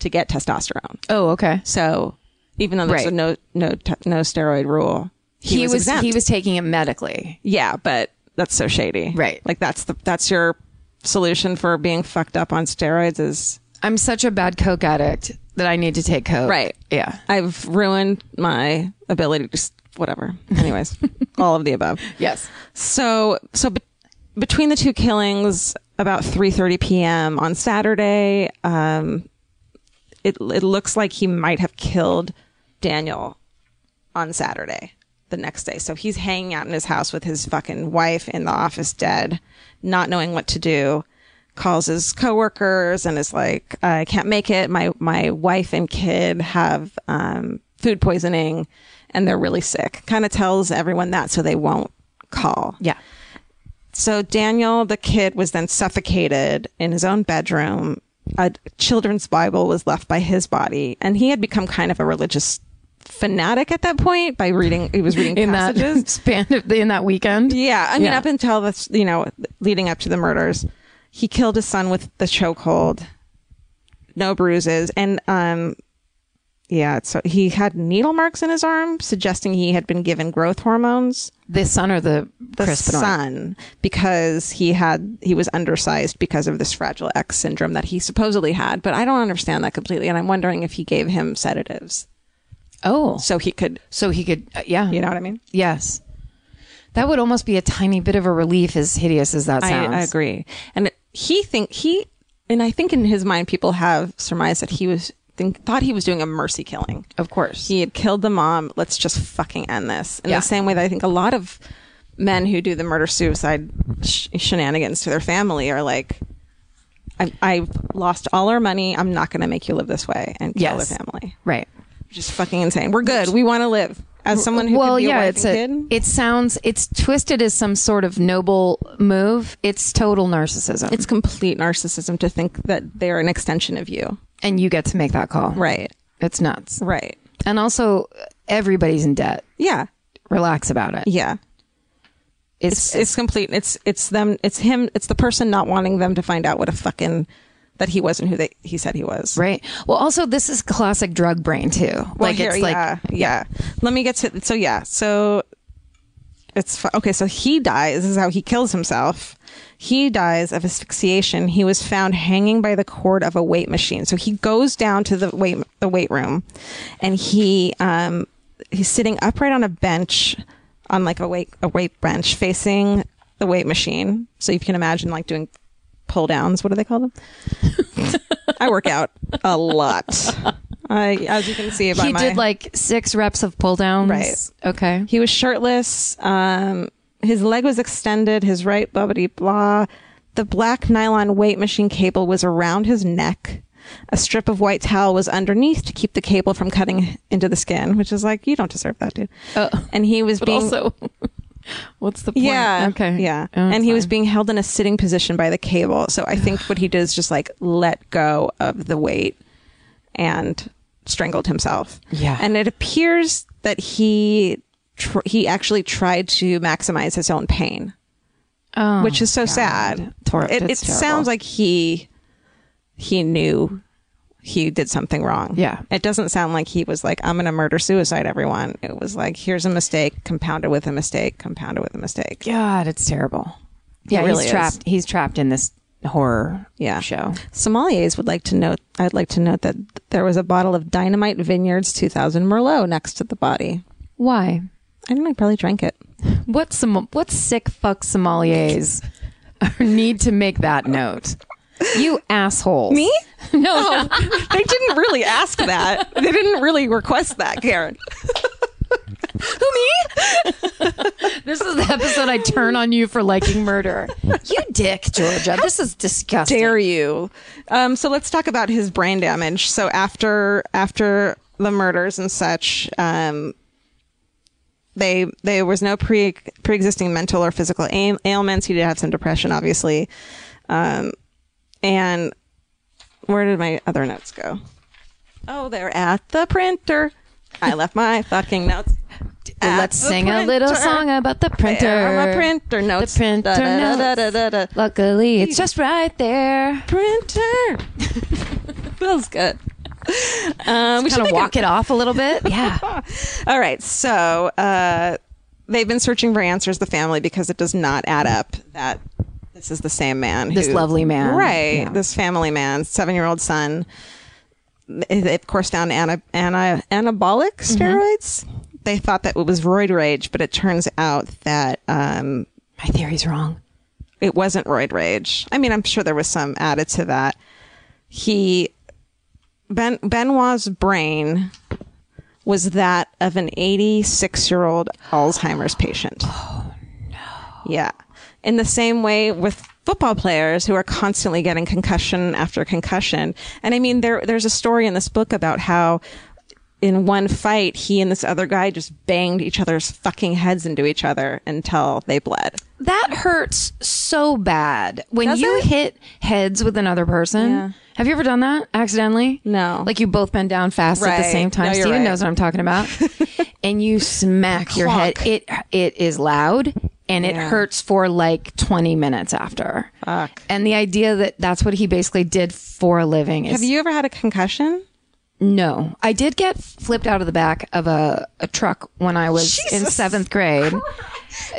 to get testosterone.
oh okay
So even though there's a
Right.
no no t- no steroid rule, he, was, exempt.
he was taking it medically.
Yeah, but that's so shady.
Right.
Like that's the that's your solution for being fucked up on steroids is
I'm such a bad coke addict that I need to take coke. Yeah.
I've ruined my ability to s- whatever. Anyways, all of the above.
Yes.
So so be- between the two killings about 3:30 p.m. on Saturday, um it it looks like he might have killed Daniel on Saturday the next day. So he's hanging out in his house with his fucking wife in the office dead, not knowing what to do. Calls his coworkers and is like, I can't make it. My my wife and kid have um, food poisoning and they're really sick. Kind of tells everyone that so they won't call.
Yeah.
So Daniel, the kid, was then suffocated in his own bedroom. A children's Bible was left by his body, and he had become kind of a religious fanatic at that point by reading. He was reading
(laughs) In
passages.
that span of the, in that weekend.
Yeah, I mean,
Yeah.
up until this, you know, leading up to the murders, he killed his son with the chokehold, no bruises, and um, Yeah, so he had needle marks in his arm, suggesting he had been given growth hormones.
The son or the,
The
Crispin arm?
son, because he had he was undersized because of this fragile X syndrome that he supposedly had, but I don't understand that completely, and I'm wondering if he gave him sedatives
Oh,
so he could,
so he could. uh, yeah.
you know what I mean?
Yes. That would almost be a tiny bit of a relief, as hideous as that sounds.
I, I agree. And he think he and I think in his mind people have surmised that he was think thought he was doing a mercy killing.
Of course.
He had killed the mom. Let's just fucking end this. In
Yeah.
the same way that I think a lot of men who do the murder suicide sh- shenanigans to their family are like I I lost all our money. I'm not going to make you live this way and kill
Yes.
the family.
Right.
Just fucking insane. We're good. We want to live. As someone who
well,
could be
yeah,
a wife
it's a,
and kid,
it sounds it's twisted as some sort of noble move. It's total narcissism,
it's complete narcissism to think that they're an extension of you.
and you get to make that call.
Right.
It's nuts.
Right.
And also, everybody's in debt.
Yeah.
Relax about it.
Yeah. It's
It's,
it's complete. It's it's them. It's him. It's the person not wanting them to find out what a fucking that he wasn't who they he said he was.
right. Well, also this is classic drug brain too.
Well,
like
here,
it's like
yeah, yeah. Let me get to so yeah. So it's fu- okay. So he dies. This is how he kills himself. He dies of asphyxiation. He was found hanging by the cord of a weight machine. So he goes down to the weight the weight room, and he um he's sitting upright on a bench, on like a weight a weight bench facing the weight machine. So you can imagine like doing pull downs. What do they call them? I work out a
(laughs)
lot. I, as you can see, by
he
my,
did like six reps of pull downs.
Right.
Okay.
he was shirtless. Um, his leg was extended. His right blah blah blah. The black nylon weight machine cable was around his neck. A strip of white towel was underneath to keep the cable from cutting into the skin, which is like you don't deserve that, dude. and he was
Oh. But
being
also, (laughs) what's the point?
yeah
Okay.
yeah,
Oh,
and
it's
he was
fine.
being held in a sitting position by the cable. So I think what he did is just like let go of the weight and strangled himself.
Yeah.
And it appears that he tr- he actually tried to maximize his own pain,
Oh.
which is so sad.
Tor-
it it
that's terrible.
sounds like he he knew he did something wrong.
Yeah.
It doesn't sound like he was like I'm going to murder suicide everyone. It was like here's a mistake compounded with a mistake, compounded with a mistake.
God, it's terrible. Yeah,
really
he's
is.
trapped. He's trapped in this horror
Yeah.
show.
Sommeliers would like to note. I'd like to note that there was a bottle of Dynamite Vineyards 2000 Merlot next to the body.
Why?
I don't know. Probably drank it.
What some what sick fuck sommeliers (laughs) need to make that note? You assholes.
Me?
(laughs)
(laughs)
No.
They didn't really ask that. They didn't really request that, Karen.
This is the episode I turn on you for liking murder. You dick, Georgia. This is disgusting.
Dare you? Um, so let's talk about his brain damage. So after after the murders and such, um, they there was no pre pre existing mental or physical ail- ailments. He did have some depression, obviously. Um, and where did my other notes go? Oh, they're at the printer. I left my fucking notes. at
Let's
the
sing a little
printer.
song about the printer.
There are my printer notes.
The printer
Da, da, da, da,
notes.
da, da, da.
Luckily, it's just right there.
(laughs) Printer. Feels good. Um, we should
Kind
make
of walk it off a
(laughs)
little bit. Yeah.
All right. So uh, they've been searching for answers, the family, because it does not add up that this is the same man.
This lovely man.
Right.
Yeah.
This family man, seven year old son. They, they, of course, found ana- ana- anabolic
Mm-hmm.
steroids. They thought that it was roid rage, but it turns out that um,
My theory's wrong.
it wasn't roid rage. I mean, I'm sure there was some added to that. He Ben Benoit's brain was that of an 86 year old Alzheimer's patient. Oh no! Yeah, in the same way with football players who are constantly getting concussion after concussion. And I mean, there there's a story in this book about how. In one fight, he and this other guy just banged each other's fucking heads into each other until they bled.
That hurts so bad when
Does
you
it?
hit heads with another person. Have you ever done that accidentally?
No.
Like you both bend down fast at the
Right.
same time.
No, you're
Steven
right.
knows what I'm talking
(laughs)
about. and you smack your head. It it is loud and it hurts for like 20 minutes after. And the idea that that's what he basically did for a living is
Have you ever had a concussion?
No, I did get flipped out of the back of a, a truck when I was in
Jesus
seventh grade.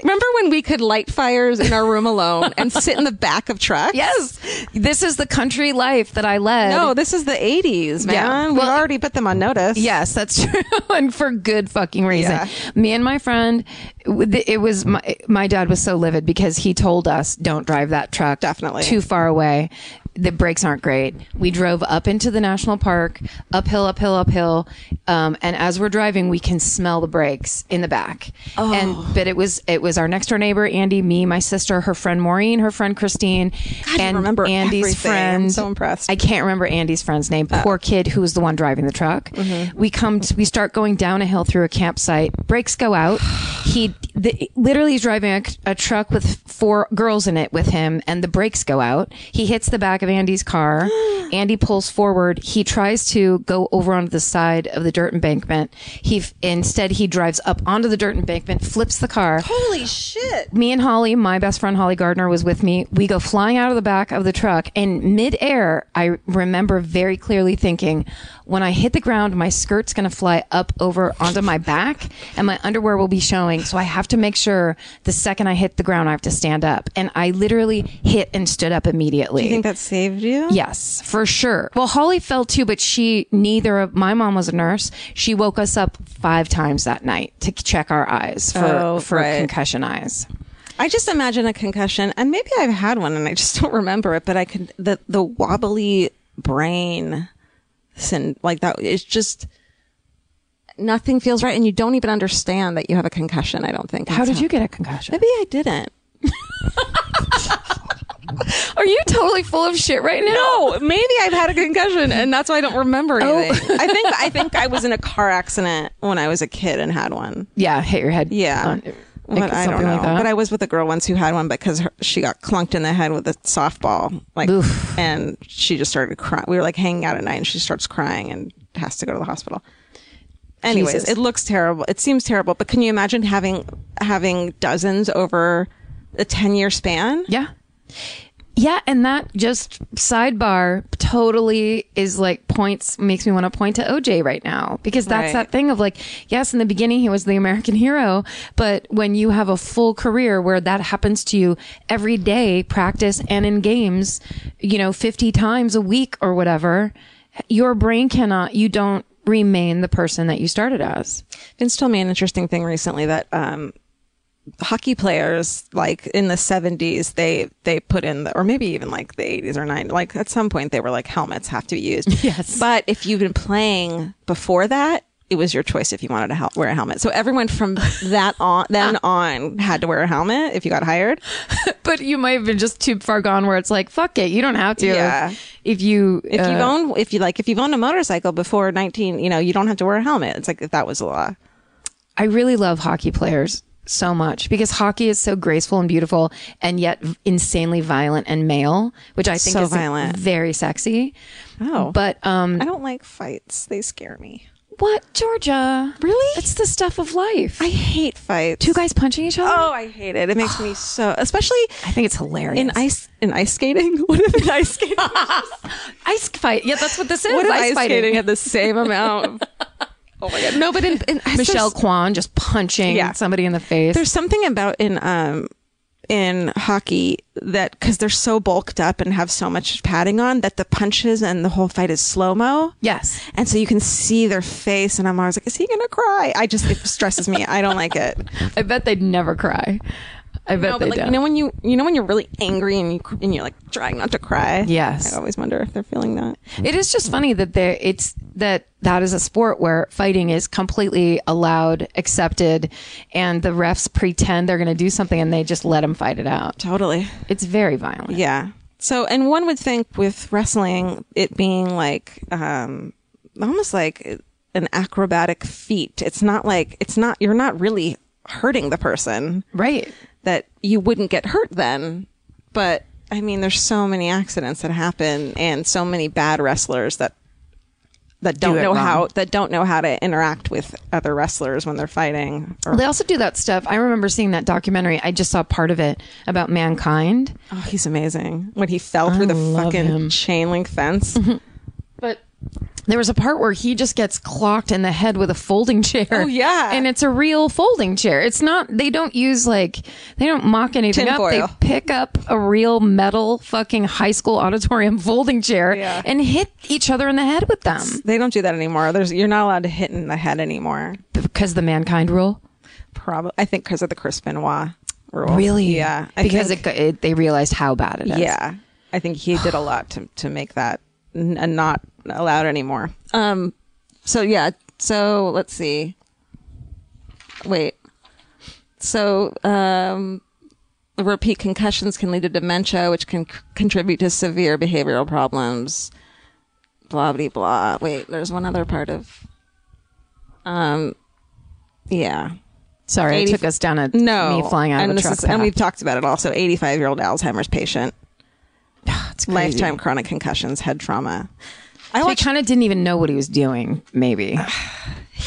Remember when we could light fires in our room alone and sit in the back of trucks?
Yes, this is the country life that I led.
No, this is the 80s, man.
Yeah.
We've already put them on notice.
Yes, that's true, (laughs) and for good fucking reason.
Yeah.
Me and my friend, it was my my dad was so livid because he told us don't drive that truck
Definitely.
too far away. The brakes aren't great. We drove up into the national park, uphill, uphill, uphill, um, and as we're driving, we can smell the brakes in the back. Oh. And but it was it was our next door neighbor Andy, me, my sister, her friend Maureen, her friend Christine, and
remember
Andy's
everything. I'm
friend.
so impressed. Uh,
I can't remember Andy's friend's name. Poor kid who was the one driving the truck.
Mm-hmm.
We come, to, we start going down a hill through a campsite. Brakes go out. He the, literally is driving a, a truck with four girls in it with him, and the brakes go out. He hits the back of
(gasps)
Andy's car. Andy pulls forward. He tries to go over onto the side of the dirt embankment. He f- instead he drives up onto the dirt embankment, flips the car
Holy shit.
me and Holly, my best friend Holly Gardner was with me. We go flying out of the back of the truck and midair, I remember very clearly thinking, when I hit the ground, my skirt's going to fly up over onto my back and my underwear will be showing. So I have to make sure the second I hit the ground, I have to stand up. And I literally hit and stood up immediately.
You think that saved you?
Yes, for sure. Well, Holly fell too, but she neither of my mom was a nurse. She woke us up five times that night to check our eyes for
Oh,
for
right.
concussion eyes.
I just imagine a concussion, and maybe I've had one and I just (laughs) don't remember it, but I could, the, the wobbly brain, and like that, it's just, nothing feels right, and you don't even understand that you have a concussion, I don't think.
How did
That's
you get a concussion?
Maybe I didn't.
Are you totally full of shit right now?
No, maybe I've had a concussion, and that's why I don't remember
Oh.
anything. I think
(laughs)
I think I was in a car accident when I was a kid and had one.
Yeah, hit your head.
Yeah,
on-
but I don't
something
know.
like that.
But I was with a girl once who had one because her, she got clunked in the head with a softball, like, and she just started crying. We were like hanging out at night, and she starts crying and has to go to the hospital. Anyways,
Jesus.
it looks terrible. It seems terrible, but can you imagine having having dozens over a ten year span?
yeah. Yeah, and that just sidebar totally is like points makes me want to point to OJ right now because
Right.
that's that thing of like, yes, in the beginning he was the American hero, but when you have a full career where that happens to you every day, practice and in games, you know, 50 times a week or whatever, your brain cannot, you don't remain the person that you started as.
Vince told me an interesting thing recently that um, hockey players, like in the seventies, they they put in, the, or maybe even like the eighties or nine, like at some point they were like helmets have to be used.
(laughs) Yes.
but if you've been playing before that. It was your choice if you wanted to hel- wear a helmet. So everyone
(laughs)
from that on, then on, had to wear a helmet if you got hired.
but you might have been just too far gone where it's like fuck it you don't have to
Yeah.
if, if you
If
uh,
you've owned, if you like, if you've owned a motorcycle before nineteen, you know you don't have to wear a helmet. It's like if that was the law.
i really love hockey players so much because hockey is so graceful and beautiful and yet insanely violent and male which i think
So
is like,
violent.
very sexy
Oh,
but um
I don't like fights; they scare me.
what georgia
Really?
it's the stuff of life
I hate fights.
two guys punching each other
Oh, I hate it. It makes
(sighs)
me so, especially
i think it's hilarious
in ice in ice skating. (laughs) What if in ice
(laughs)
skating?
ice fight yeah that's what this
(laughs)
is
what if
ice, fighting (laughs)
had the same amount? Of, oh my god! No, but in, in (laughs)
michelle
There's,
kwan just punching
Yeah.
somebody in the
(laughs)
face
there's something about in um in hockey that because they're so bulked up and have so much padding on that the punches and the whole fight is slow mo.
yes
And so you can see their face, and I'm always like, "Is he gonna cry?" I just it stresses me. I don't like
(laughs)
it.
i bet they'd never cry i bet
No,
they
but like
don't
you know when you you know when you're really angry and you cr- and you're like trying not to cry.
Yes.
I always wonder if they're feeling that.
It is just funny that there it's that that is a sport where fighting is completely allowed, accepted, and the refs pretend they're going to do something and they just let them fight it out.
Totally.
It's very violent.
Yeah. So and one would think with wrestling it being like um almost like an acrobatic feat. It's not like it's not you're not really hurting the person
Right.
that you wouldn't get hurt then. But I mean there's so many accidents that happen and so many bad wrestlers that that don't
it
know
wrong.
how that don't know how to interact with other wrestlers when they're fighting or
They also do that stuff. I remember seeing that documentary. I just saw part of it about mankind.
Oh, he's amazing. When he fell through the
love
fucking
(laughs) him.
chain link fence.
But there was a part where he just gets clocked in the head with a folding (laughs) chair.
Oh, yeah.
and it's a real folding chair. It's not. They don't use like they don't mock anything up.
Tinfoil.
They pick up a real metal fucking high school auditorium (laughs) folding chair
Yeah.
and hit each other in the head with them
They don't do that anymore. There's you're not allowed to hit in the head anymore.
because the mankind rule.
Probably, I think because of the Chris Benoit rule.
Really?
Yeah. I
because
think-
it, it, they realized how bad it is.
Yeah, I think he
(sighs)
did a lot to to make that n- uh, not allowed anymore. Um, so yeah, so let's see. Wait, so um, repeat concussions can lead to dementia, which can c- contribute to severe behavioral problems. Blah blah blah. Wait, there's one other part of. Um, yeah.
Sorry, it
80
took us down a
No,
me flying out
and
of a
this
truck.
is- and we've
path.
talked about it also. Eighty-five-year-old Alzheimer's
(sighs)
patient
It's crazy.
lifetime chronic concussions, head trauma. I
So he
watch,
kind of didn't even know what he was doing.
(sighs)
Maybe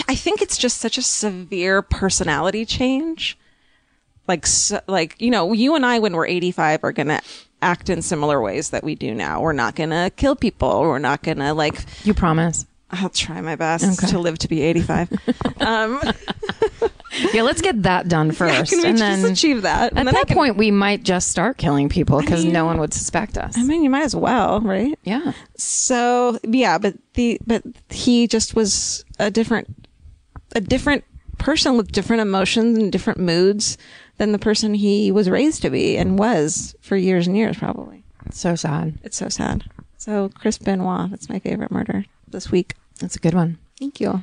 I think it's just such a severe personality change. Like so, like you know, you and I when we're 85 are going to act in similar ways that we do now. We're not going to kill people. We're not going to like
you promise.
I'll try my best to live to be
(laughs)
85. (laughs) um
Yeah, let's get that done
I
first,
can
and
just
then
achieve that.
at
and then I
that
can,
point we might just start killing people because
mean-
no one would suspect us.
I mean, you might as well, right?
yeah,
so yeah but the but he just was a different a different person with different emotions and different moods than the person he was raised to be and was for years and years probably
so sad.
it's so sad so chris benoit that's my favorite murder this week
That's a good one.
thank you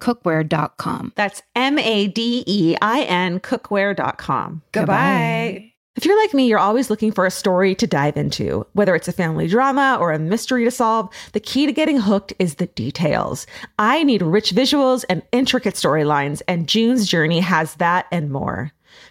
madeincookware.com.
That's M A D E I N cookware.com. Goodbye. If you're like me, you're always looking for a story to dive into. Whether it's a family drama or a mystery to solve, the key to getting hooked is the details. I need rich visuals and intricate storylines, and June's Journey has that and more.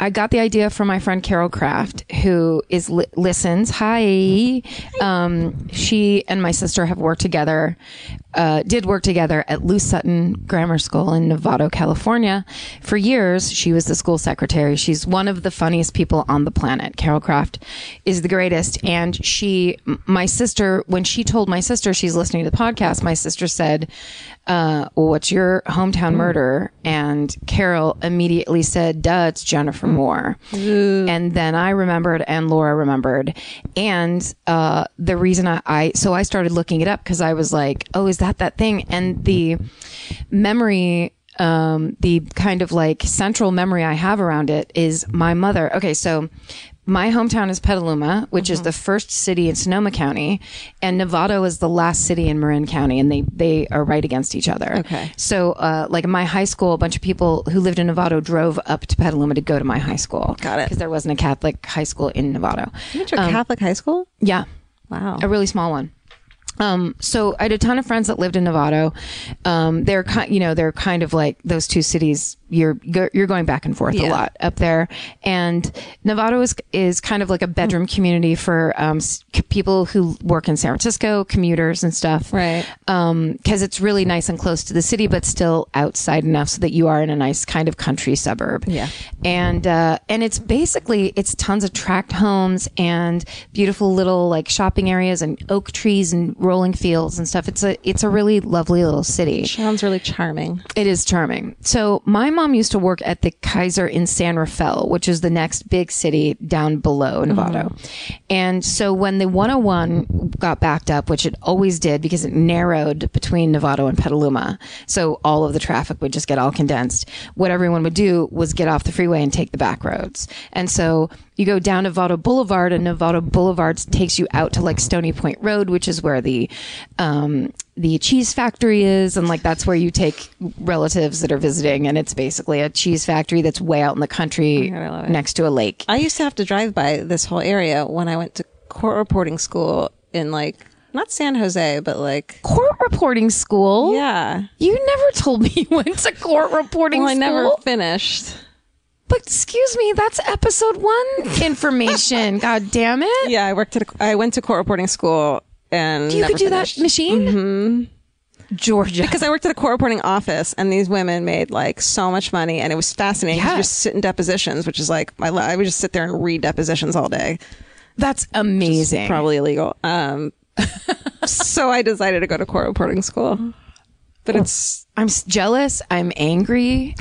I got the idea from my friend Carol Kraft, who is li- listens. Hi, um, she and my sister have worked together, uh, did work together at Lou Sutton Grammar School in Novato, California, for years. She was the school secretary. She's one of the funniest people on the planet. Carol Kraft is the greatest, and she, m- my sister, when she told my sister she's listening to the podcast, my sister said, uh, well, what's your hometown murder? And Carol immediately said, duh, it's Jennifer Moore. And then I remembered and Laura remembered. And uh, the reason I, I, so I started looking it up because I was like, oh, is that that thing? And the memory um, the kind of like central memory I have around it is my mother. Okay, so my hometown is Petaluma, which is the first city in Sonoma County, and Novato is the last city in Marin County, and they they are right against each other. Okay, so uh, like in my high school, a bunch of people who lived in Novato drove up to Petaluma to go to my high school. Got it, because there wasn't a Catholic high school in Novato.
You went to a Catholic high school?
Yeah,
Wow.
a really small one. Um, so I had a ton of friends that lived in Novato. Um, they're kind, you know, they're kind of like those two cities. You're go- you're going back and forth a lot up there, and Novato is is kind of like a bedroom
Hmm.
community for um, s- c- people who work in San Francisco, commuters and stuff,
Right.
Because Um, it's really nice and close to the city, but still outside enough so that you are in a nice kind of country suburb. Yeah, and uh, and it's basically it's tons of tract homes and beautiful little like shopping areas and oak trees and rolling fields and stuff. It's a it's a really lovely little city.
Sounds really charming.
It is charming. So my mom used to work at the Kaiser in San Rafael, which is the next big city down below Novato. And so when the 101 got backed up, which it always did because it narrowed between Novato and Petaluma, so all of the traffic would just get all condensed. What everyone would do was get off the freeway and take the back roads. And so you go down Novato Boulevard, and Novato Boulevard takes you out to like Stony Point Road, which is where the um, the cheese factory is and like that's where you take relatives that are visiting and it's basically a cheese factory that's way out in the
Oh
country next to a lake
I used to have to drive by this whole area when I went to court reporting school in like not San Jose, but like
court reporting school
yeah.
you never told me (laughs) you went to court reporting
Well, I
school
never finished.
but excuse me that's
(laughs)
episode one information god damn it
Yeah, I worked at a, I went to court reporting school and
you
never
could do
finished. Mm-hmm.
that machine georgia
because I worked at a court reporting office, and these women made like so much money, and it was fascinating. 'cause You
Yeah.
just sit in depositions, which is like I, lo- I would just sit there and read depositions all day.
that's amazing
Probably illegal. Um, (laughs) so I decided to go to court reporting school, but it's
i'm s- jealous i'm
(laughs)
angry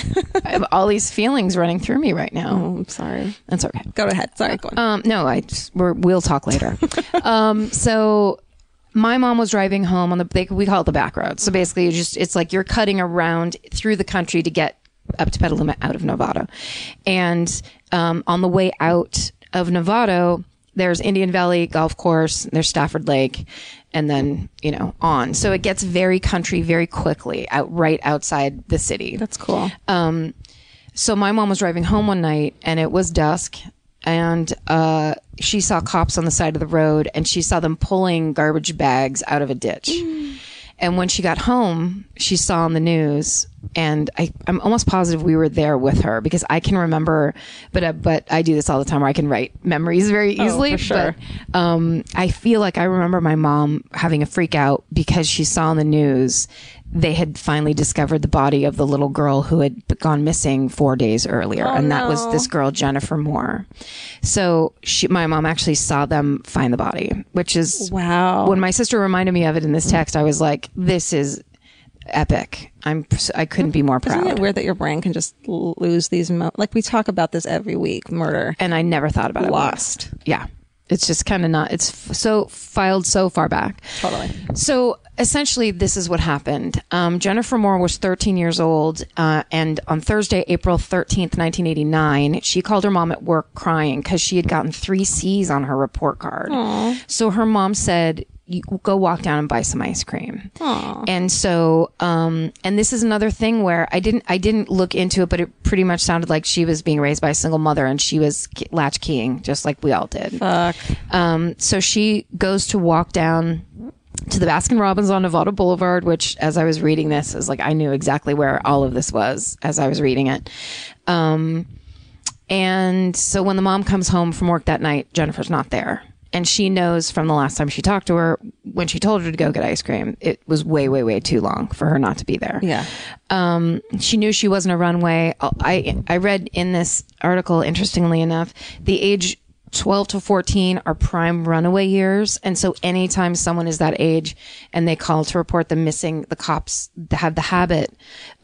i have all these feelings running through me right now
Oh, I'm sorry.
that's okay
Go ahead. Sorry. Go on.
Um, no, I just- we're, we'll talk later. um, so my mom was driving home on the they, we call it the back road. So basically, you just it's like you're cutting around through the country to get up to Petaluma out of Novato, and um, on the way out of Novato, there's Indian Valley Golf Course, there's Stafford Lake, and then you know on. So it gets very country very quickly out right outside the city.
That's cool.
Um, So my mom was driving home one night and it was dusk and uh, she saw cops on the side of the road and she saw them pulling garbage bags out of a ditch. And when she got home, she saw on the news, and I, I'm almost positive we were there with her because I can remember, but uh, but I do this all the time where I can write memories very easily.
for sure.
But um, I feel like I remember my mom having a freak out because she saw on the news they had finally discovered the body of the little girl who had gone missing four days earlier,
Oh,
and that was this girl Jennifer Moore. So she, my mom actually saw them find the body, which is
Wow.
when my sister reminded me of it in this text, I was like, "This is epic." I'm I couldn't be more
Isn't
proud.
it weird that your brain can just l- lose these? Mo- like we talk about this every week. Murder.
And I never thought about it.
Lost.
Yeah, it's just kind of not. It's f- so filed so far back.
Totally.
So essentially, this is what happened. Um, Jennifer Moore was 13 years old, uh, and on Thursday, April 13th, 1989, she called her mom at work crying because she had gotten three C's on her report card. So her mom said, you go walk down and buy some ice cream. And so, um, and this is another thing where I didn't, I didn't look into it, but it pretty much sounded like she was being raised by a single mother and she was ki- latchkeying just like we all did. Um, so she goes to walk down to the Baskin Robbins on Nevada Boulevard, which, as I was reading this, is like I knew exactly where all of this was as I was reading it. Um, and so when the mom comes home from work that night, Jennifer's not there. And she knows from the last time she talked to her, when she told her to go get ice cream, it was way, way, way too long for her not to be there
Yeah.
um, she knew Oh, she wasn't a runway. I I read in this article, interestingly enough, the age 12 to 14 are prime runaway years. And so anytime someone is that age and they call to report them missing, the cops have the habit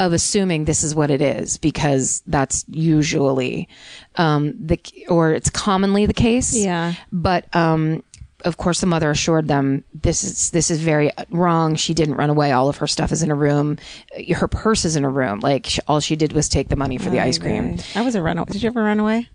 of assuming this is what it is because that's usually, um, the, or it's commonly the case.
Yeah.
But, um, of course the mother assured them this is this is very wrong she didn't run away all of her stuff is in a room her purse is in a room like she, all she did was take the money for the ice cream
I was a runaway. Did you ever run away?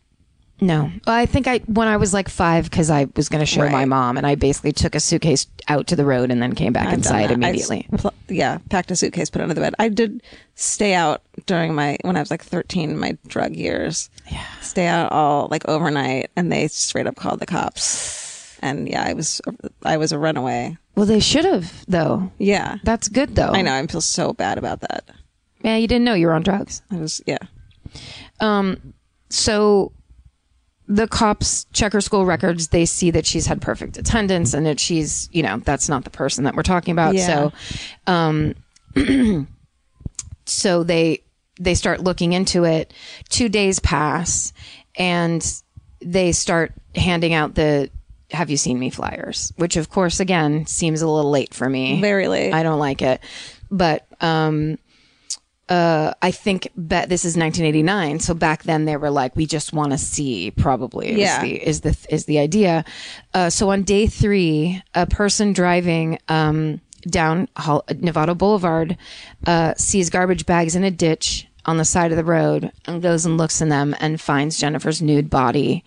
no, I think I when I was like five because I was going to show my mom, and I basically took a suitcase out to the road and then came back inside
done that. I
immediately.
s- pl- yeah, packed a suitcase, put it under the bed. I did stay out during my when I was like thirteen, my drug years. Yeah, stay out all like overnight, and they straight up called the cops. And yeah, I was I was a runaway.
well, they should have though.
Yeah,
That's good though.
I know. I feel so bad about that.
Yeah, you didn't know you were on drugs.
I was yeah.
Um, so the cops check her school records. They see that she's had perfect attendance and that she's, you know, that's not the person that we're talking about.
Yeah.
So, um, (clears throat) so they they start looking into it. Two days pass, and they start handing out the "Have you seen me?" flyers, which, of course, again seems a little late for me.
Very late.
I don't like it, but um, uh, I think bet this is 1989. So back then they were like, we just want to see. Probably is
Yeah.
the is the is the idea. Uh, so on day three, a person driving um, down Hol- Nevada Boulevard uh, sees garbage bags in a ditch on the side of the road and goes and looks in them and finds Jennifer's nude body.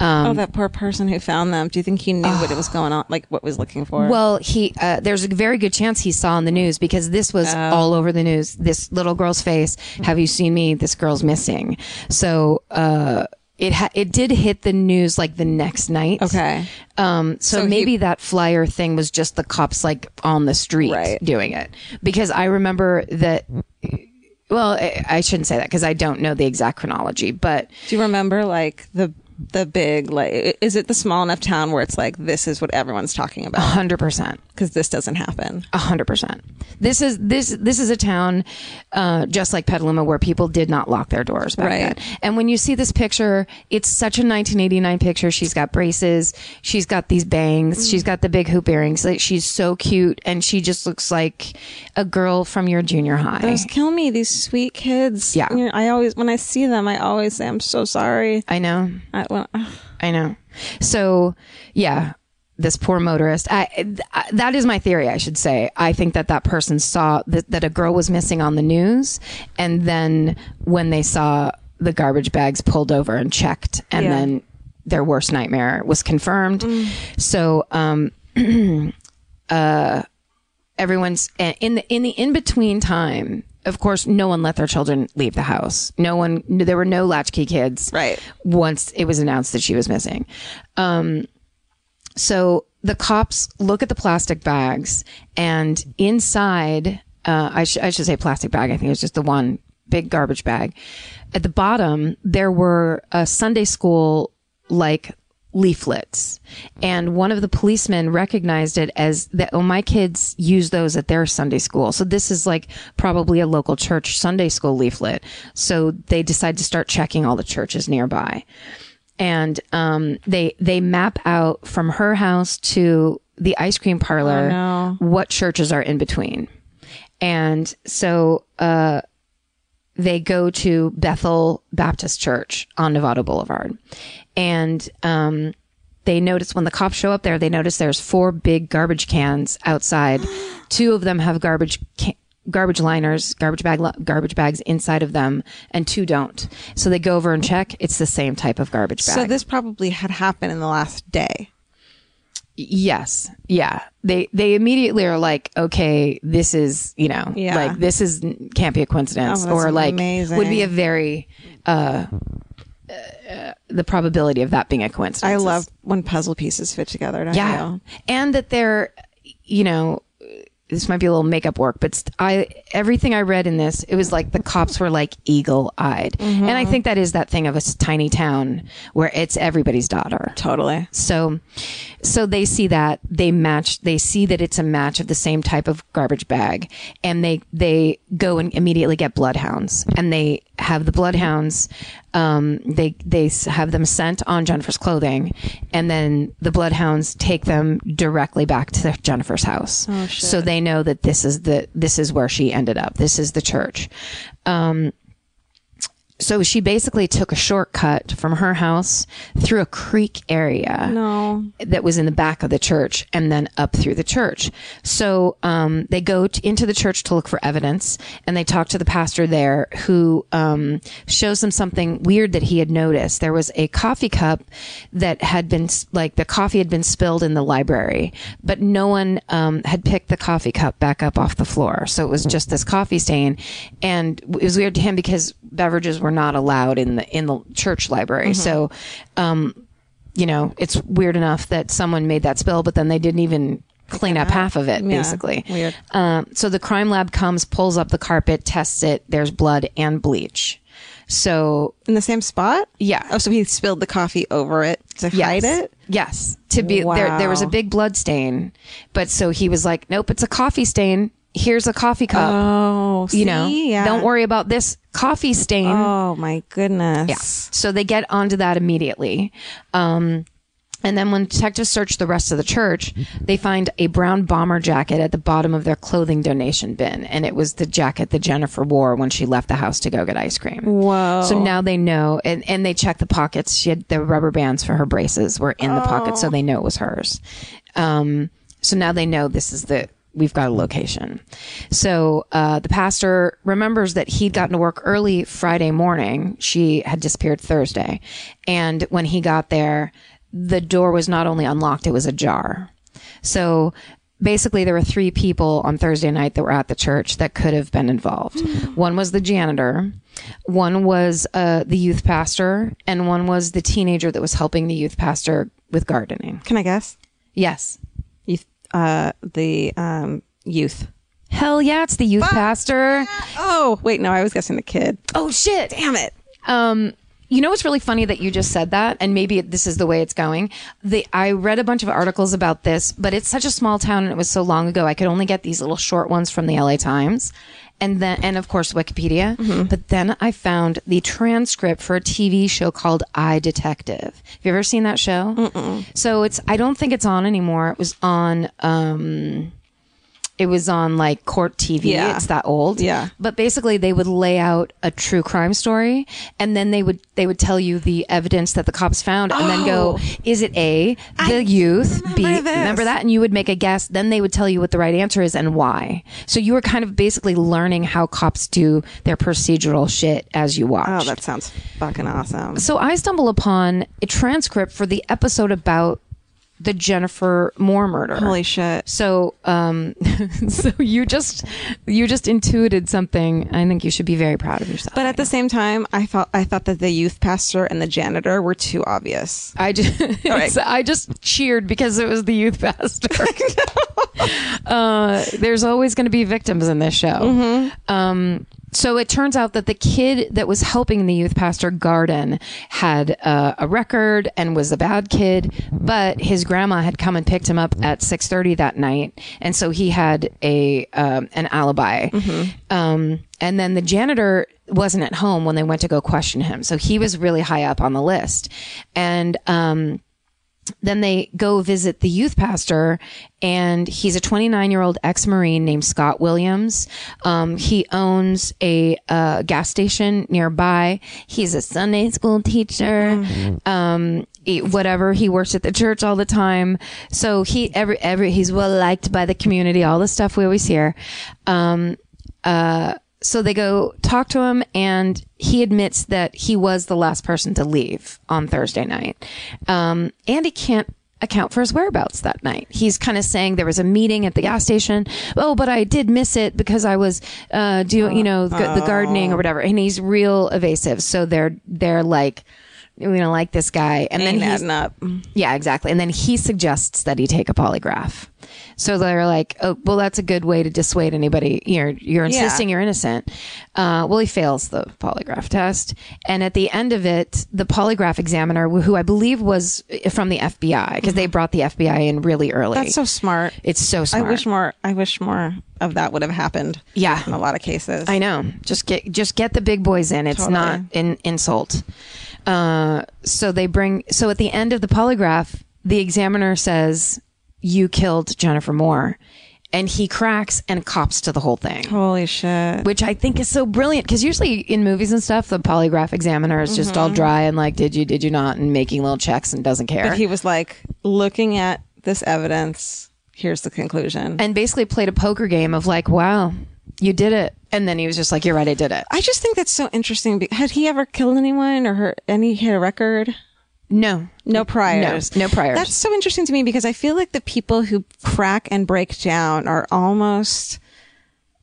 Um,
oh, that poor person who found them. Do you think he knew what it was going on? Like what was looking for?
Ah. Well, he uh, there's a very good chance he saw in the news because this was
Oh.
all over the news. This little girl's face. Have you seen me? This girl's missing. So uh, it ha- it did hit the news like the next night.
Okay.
Um. So, maybe that flyer thing was just the cops like on the street
Right.
doing it because I remember that. Well, I, I shouldn't say that because I don't know the exact chronology, but
Do you remember like the the big like is it the small enough town where it's like this is what everyone's talking about
hundred percent.
because this doesn't happen.
A hundred percent. This is this this is a town uh, just like Petaluma where people did not lock their doors back
Right.
then. And when you see this picture, it's such a 1989 picture. She's got braces. She's got these bangs.
Mm.
She's got the big hoop earrings. Like, she's so cute, and she just looks like a girl from your junior high.
Those kill me, these sweet kids.
Yeah.
You know, I always when I see them, I always say I'm so sorry.
I know.
I, well, ugh.
I know. So, yeah, this poor motorist. I, th- I- that is my theory. I should say. I think that that person saw that, that a girl was missing on the news, and then when they saw the garbage bags pulled over and checked, and
Yeah.
then their worst nightmare was confirmed. So, um, (clears throat) uh, everyone's and in the in the in between time. Of course, no one let their children leave the house. No one. There were no latchkey kids.
Right.
Once it was announced that she was missing, um, so the cops look at the plastic bags and inside. Uh, I, sh- I should say plastic bag. I think it was just the one big garbage bag. At the bottom, there were uh, Sunday school like leaflets. And one of the policemen recognized it as that, oh, my kids use those at their Sunday school. So this is like probably a local church Sunday school leaflet. So they decide to start checking all the churches nearby. And um, they they map out from her house to the ice cream parlor what churches are in between. And so uh, they go to Bethel Baptist Church on Nevada Boulevard. And um, they notice when the cops show up there, they notice there's four big garbage cans outside. Two of them have garbage ca- garbage liners, garbage bag li- garbage bags inside of them, and two don't. So they go over and check. It's the same type of garbage bag.
so this probably had happened in the last day.
Yes. Yeah. They they immediately are like, okay, this is you know,
Yeah.
like this is can't be a coincidence,
Oh, that's
or like
amazing.
would be a very uh, uh, the probability of that being a
I
coincidence. is-
love when puzzle pieces fit together. Don't
yeah,
you?
and that they're you know this might be a little makeup work, but st- I everything I read in this, it was like the cops were like eagle eyed, and
Mm-hmm.
I think that is that thing of a s- tiny town where it's everybody's daughter.
Totally.
So, so they see that they match, they see that it's a match of the same type of garbage bag and they, they go and immediately get bloodhounds and they have the bloodhounds. Um, they they s- have them sent on Jennifer's clothing, and then the bloodhounds take them directly back to Jennifer's house. Oh, shit. So they know that this is the this is where she ended up. This is the church. Um, so she basically took a shortcut from her house through a creek area that was in the back of the church and then up through the church. So um, they go t- into the church to look for evidence and they talk to the pastor there who um, shows them something weird that he had noticed. There was a coffee cup that had been s- like the coffee had been spilled in the library, but no one um, had picked the coffee cup back up off the floor. So it was just this coffee stain. And it was weird to him because beverages were not allowed in the in the church library. So um, you know, it's weird enough that someone made that spill, but then they didn't even clean up half of it, basically. Weird. Um, so the crime lab comes, pulls up the carpet, tests it. There's blood and bleach. So
In the same spot?
Yeah.
Oh, so he spilled the coffee over it to hide it?
Yes. To be there, there was a
Wow.
big blood stain, but so he was like, "Nope, it's a coffee stain. Here's a coffee cup.
Oh,
you know,
see? Yeah.
don't worry about this coffee stain.
Oh my goodness.
Yeah. So they get onto that immediately. Um, and then when detectives search the rest of the church, they find a brown bomber jacket at the bottom of their clothing donation bin. And it was the jacket that Jennifer wore when she left the house to go get ice cream. Whoa. So now they know. And, and they check the pockets. She had the rubber bands for her braces were in the pockets, so they know it was hers. Um, so now they know this is the we've got a location. So uh, the pastor remembers that he'd gotten to work early Friday morning. She had disappeared Thursday, and when he got there, the door was not only unlocked; it was ajar. So basically, there were three people on Thursday night that were at the church that could have been involved. One was the janitor, one was uh, the youth pastor, and one was the teenager that was helping the youth pastor with gardening.
Can I guess?
Yes.
Youth, uh, the um, youth.
Hell yeah, it's the youth pastor.
Oh, wait, no, I was guessing the kid.
Oh shit.
Damn it.
Um you know what's really funny that you just said that and maybe this is the way it's going. The I read a bunch of articles about this, but it's such a small town and it was so long ago. I could only get these little short ones from the LA Times and then and of course Wikipedia.
Mm-hmm.
But then I found the transcript for a TV show called I Detective. Have you ever seen that show? So it's I don't think it's on anymore. It was on um it was on like court TV.
Yeah.
It's that old.
Yeah.
But basically they would lay out a true crime story and then they would they would tell you the evidence that the cops found and then go,
Oh!
is it A, the youth, B remember that? And you would make a guess, then they would tell you what the right answer is and why. So you were kind of basically learning how cops do their procedural shit as you watch.
Oh, that sounds fucking awesome.
So I stumble upon a transcript for the episode about the Jennifer Moore murder.
Holy shit.
So, um, (laughs) so you just you just intuited something. I think you should be very proud of yourself.
But at the same time, I thought I thought that the youth pastor and the janitor were too obvious.
I just (laughs)
right.
I just cheered because it was the youth
(laughs)
(laughs) pastor. uh, there's always going to be victims in this show.
Mm-hmm.
Um, so it turns out that the kid that was helping the youth pastor garden had uh, a record and was a bad kid, but his grandma had come and picked him up at 6:30 that night, and so he had a um, an alibi. Um, and then the janitor wasn't at home when they went to go question him, so he was really high up on the list, and. Um, then they go visit the youth pastor and he's a 29 year old ex-marine named scott williams um, he owns a uh, gas station nearby he's a sunday school teacher um, he- whatever he works at the church all the time so he every every he's well liked by the community all the stuff we always hear um, uh, so they go talk to him and he admits that he was the last person to leave on Thursday night. Um, and he can't account for his whereabouts that night. He's kind of saying there was a meeting at the gas station. Oh, but I did miss it because I was, uh, do you know, the, the gardening or whatever. And he's real evasive. So they're, they're like, we don't like this guy. And then
Ain't
he's
adding up.
yeah, exactly. And then he suggests that he take a polygraph. So they're like, oh, well, that's a good way to dissuade anybody. You're, you're insisting you're innocent. Uh, well, he fails the polygraph test. And at the end of it, the polygraph examiner, who I believe was uh, from the FBI, because they brought the FBI in really early.
Mm-hmm. That's so smart.
it's so
I
smart.
wish more. I wish more of that would have happened.
Yeah.
in a lot of cases.
I know. Just get just get the big boys in. It's not an insult. Uh, so they bring. So at the end of the polygraph, the examiner says, "You killed Jennifer Moore," and he cracks and cops to the whole thing.
Holy shit!
Which I think is so brilliant because usually in movies and stuff, the polygraph examiner is just all dry and like, did you, did you not, and making little checks and doesn't care.
Mm-hmm. But he was like looking at this evidence. Here's the conclusion.
and basically played a poker game of like, wow, you did it. And then he was just like, you're right, I did it.
I just think that's so interesting. be- Had he ever killed anyone or hurt any hit a record?
No,
No priors.
no priors.
That's so interesting to me because I feel like the people who crack and break down are almost (sighs)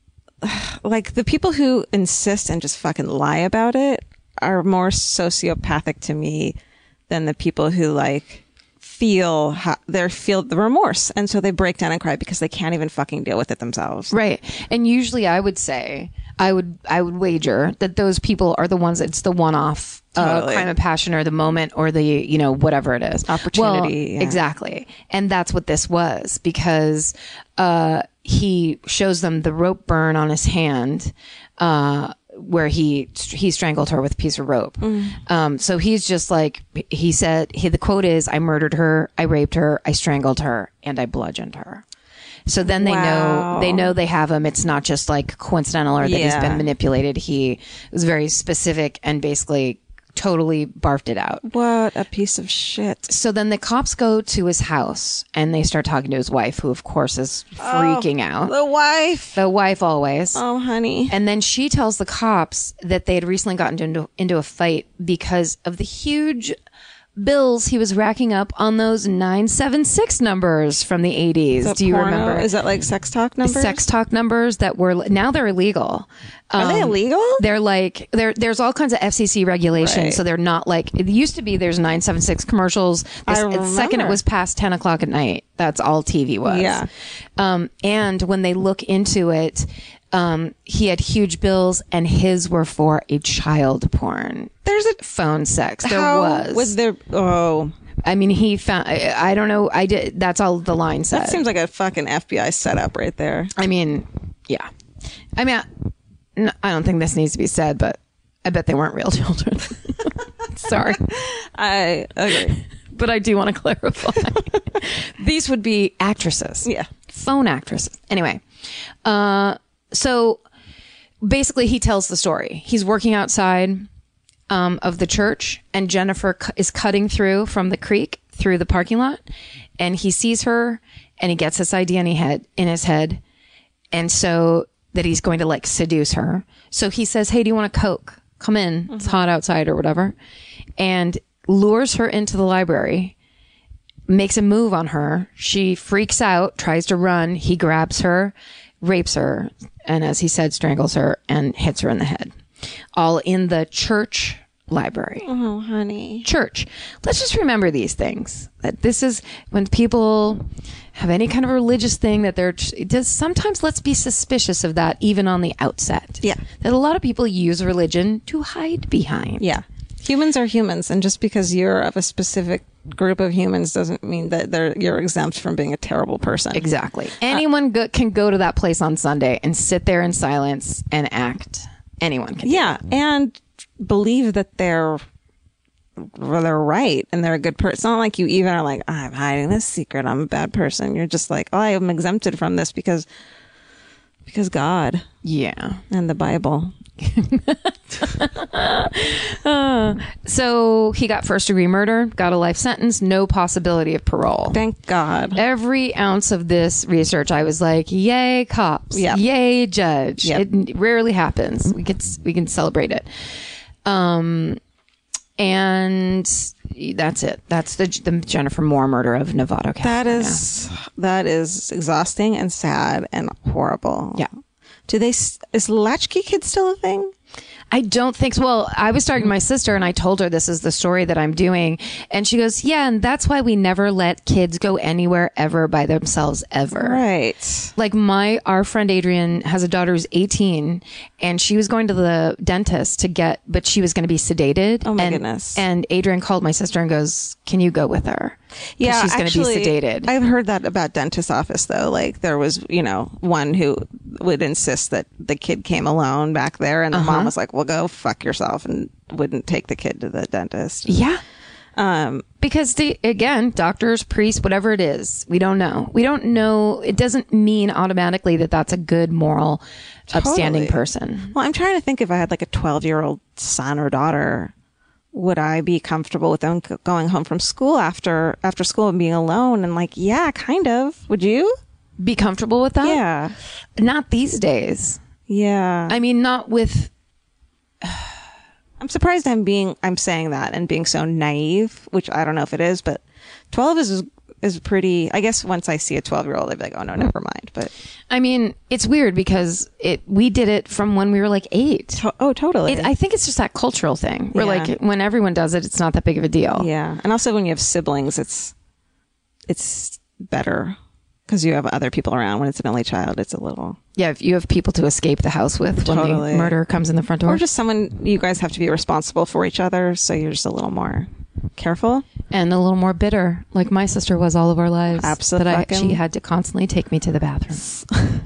like the people who insist and just fucking lie about it are more sociopathic to me than the people who like feel ha- they feel the remorse and so they break down and cry because they can't even fucking deal with it themselves.
Right. And usually I would say I would I would wager that those people are the ones it's the one off uh,
Totally.
crime of passion or the moment or the you know whatever it is
Opportunity,
Well,
yeah.
Exactly. And that's what this was because uh he shows them the rope burn on his hand uh where he he strangled her with a piece of rope.
Mm.
Um, so he's just like he said. He, the quote is, "I murdered her, I raped her, I strangled her, and I bludgeoned her." So then they know they know they have him. It's not just like coincidental or that he's
Yeah.
been manipulated. He was very specific and basically totally barfed it out.
What a piece of shit.
So then the cops go to his house and they start talking to his wife, who of course is freaking out.
Oh, The wife.
The wife always.
Oh honey.
And then she tells the cops that they had recently gotten into, into a fight because of the huge bills he was racking up on those 976 numbers from the 80s.
The
Do you
porno-
remember?
Is that like sex talk numbers?
sex talk numbers that were now they're illegal.
Are
um,
they illegal?
They're like there. There's all kinds of FCC regulations, so they're not like it used to be. There's nine seven six commercials. This,
I
the second it
remember.
was past ten o'clock at night. That's all TV was.
Yeah.
Um, and when they look into it, um, he had huge bills, and his were for a child porn.
There's a
Phone sex. There
How
was.
there? Oh,
I mean, he found. I, I don't know. I did. That's all the line said.
that seems like a fucking FBI setup right there.
I mean, yeah. I mean, I, n- I don't think this needs to be said, but I bet they weren't real (laughs) children. Sorry,
I agree.
but I do want to clarify. (laughs) These would be actresses.
Yeah.
Phone actresses. Anyway, uh, so basically he tells the story. He's working outside um, of the church, and Jennifer c- is cutting through from the creek through the parking lot, and he sees her, and he gets this idea in his head, in his head, and so that he's going to like seduce her. So he says, "Hey, do you want a coke? Come in. It's hot outside, or whatever," and lures her into the library. Makes a move on her. She freaks out, tries to run. He grabs her, rapes her, and as he said, strangles her and hits her in the head. All in the church library
Oh, honey.
church. Let's just remember these things. That this is when people have any kind of religious thing that they're it does sometimes let's be suspicious of that even on the outset.
Yeah.
That a lot of people use religion to hide behind.
Yeah. Humans are humans, and just because you're of a specific group of humans doesn't mean that they're you're exempt from being a terrible person.
Exactly. Anyone go, can go to that place on Sunday and sit there in silence and act. Anyone can.
Yeah, and believe that they're well, they're right and they're a good person. It's not like you even are like I'm hiding this secret. I'm a bad person. You're just like oh, I am exempted from this because because God
Yeah.
and the Bible.
So he got first degree murder, got a life sentence, no possibility of parole.
Thank God.
every ounce of this research, I was like, "Yay, cops!
Yep.
Yay, judge!"
Yep.
It n- rarely happens. We can s- we can celebrate it. Um, and that's it. That's the, the Jennifer Moore murder of Novato County.
That is that is exhausting and sad and horrible.
Yeah.
Do they s- is latchkey kids still a thing?
I don't think so. Well, I was talking to my sister and I told her this is the story that I'm doing. And she goes, Yeah, and that's why we never let kids go anywhere ever by themselves ever.
Right.
Like my our friend Adrian has a daughter who's 18 and she was going to the dentist to get but she was going to be sedated. Oh
my
and,
goodness.
And Adrian called my sister and goes, "Can you go with her?" 'Cause she's going to be
actually,
sedated.
I've heard that about dentist office though. Like there was, you know, one who would insist that the kid came alone back there, and the
Uh-huh.
mom was like, "Well, go fuck yourself," and wouldn't take the kid to the dentist.
yeah.
Um,
because the, again doctors priests whatever it is we don't know we don't know it doesn't mean automatically that that's a good moral upstanding
Totally.
person
Well, I'm trying to think if I had like a 12 year old son or daughter, would I be comfortable with them c- going home from school after after school and being alone? And like, yeah, kind of. Would you?
be comfortable with that
Yeah,
not these days
yeah.
i mean not with
I'm surprised I'm being I'm saying that and being so naive, which I don't know if it is, but 12 is is pretty. I guess once I see a 12 year old, I'd be like, oh no,
Hmm.
never mind. But
i mean it's weird because it we did it from when we were like eight
to- oh, totally.
it, i think it's just that cultural thing where
Yeah.
like when everyone does it it's not that big of a deal
yeah, and also when you have siblings, it's it's better because you have other people around. When it's an only child, it's a little.
yeah if you have people to escape the house with when
Totally.
the murder comes in the front door
or just someone you guys have to be responsible for each other so you're just a little more careful
and a little more bitter, like my sister was all of our lives. That I,
Abso-fucking-
she had to constantly take me to the bathroom.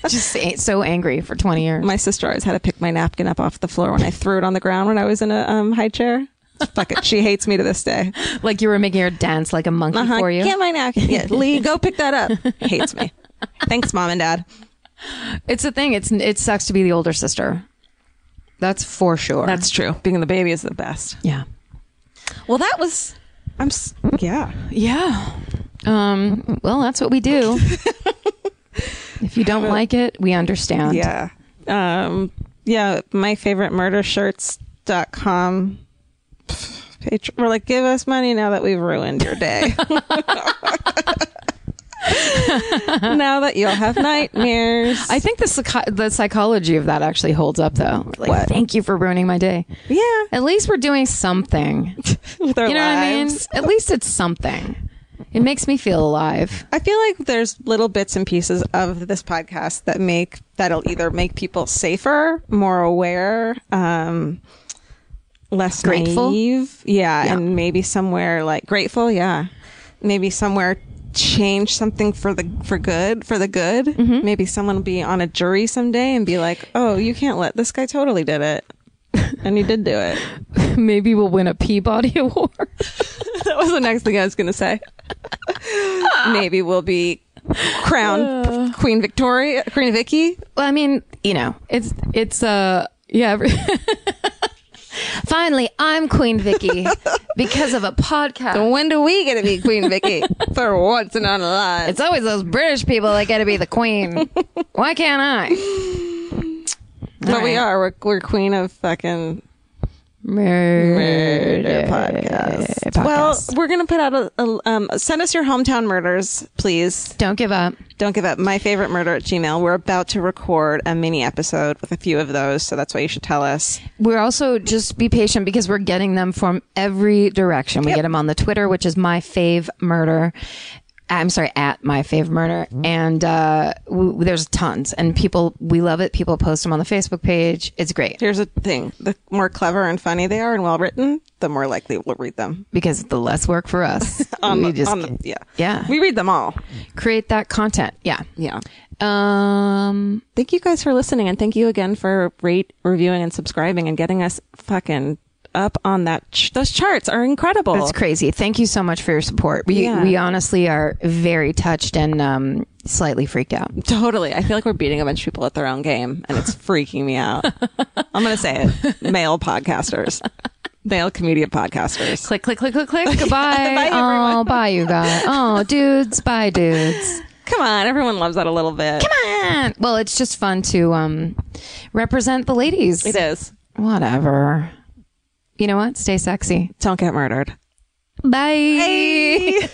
(laughs) Just a- so angry for twenty years.
my sister always had to pick my napkin up off the floor when i threw it on the ground when i was in a um, high chair fuck it she hates me to this (laughs) day
like you were making her dance like a monkey
uh-huh.
for you.
get my napkin yeah, lee go pick that up hates (laughs) me thanks mom and dad
It's a thing. It's it sucks to be the older sister. That's for sure.
true being the baby is the best
yeah.
well that was i'm s- yeah
Yeah. Um, well, that's what we (laughs) do. if you don't like it, we understand.
yeah um yeah my favorite murder shirts.com page we're like give us money now that we've ruined your
(laughs)
day (laughs) now that you'll have nightmares
I think the psych- the psychology of that actually holds up, though. Like,
What?
thank you for ruining my day.
yeah
At least we're doing something.
with our
you know
lives.
what I mean? At least it's something. It makes me feel alive. (laughs)
I feel like there's little bits and pieces of this podcast that make that'll either make people safer, more aware, um, less
Grateful?
naive, yeah, and maybe somewhere like grateful, yeah, maybe somewhere change something for the for good for the good. Maybe someone will be on a jury someday and be like, oh, you can't let this guy totally did it. (laughs) And he did do it.
Maybe we'll win a Peabody (laughs) Award.
That was the next thing I was going to say. Maybe we'll be crowned Queen Victoria, Queen Vicky.
well, I mean, you know, it's it's uh yeah. every- (laughs) Finally, I'm Queen (laughs) Vicky because of a podcast.
When do we get to be Queen Vicky? (laughs) For once in our lives.
It's always those British people that got to be the (laughs) queen. Why can't I?
But we
right.
are. We're, we're queen of fucking murder
Murder
podcast.
podcast.
Well, we're going to put out a, a um, send us your hometown murders, please.
don't give up.
Don't give up. My favorite murder at Gmail. We're about to record a mini episode with a few of those. So that's why you should tell us.
We're also just be patient because we're getting them from every direction. We get them on the Twitter, which is my fave murder. I'm sorry, at my fave murder,
Mm-hmm.
and uh, w- there's tons, and people we love it. People post them on the Facebook page. It's great
Here's a thing the more clever and funny they are and well written, the more likely we'll read them.
because the less work for us.
(laughs) on
we
the,
just
on the, yeah
Yeah.
we read them all
create that content. Yeah.
yeah
Um.
thank you guys for listening and thank you again for rate reviewing and subscribing and getting us fucking up on that ch- those charts are incredible
That's crazy. Thank you so much for your support. We
Yeah.
we honestly are very touched and um, slightly freaked out.
totally i feel like we're beating a bunch of people at their own game and (laughs) it's freaking me out i'm gonna say it male podcasters male comedian podcasters
Click, click, click, click, click.
(laughs)
Goodbye.
Bye,
oh, bye, you guys. Oh, dudes. Bye, dudes.
come on everyone loves that a little bit come
Ah, Well, it's just fun to um, represent the ladies.
it is
Whatever. You know what? Stay sexy.
don't get murdered
Bye.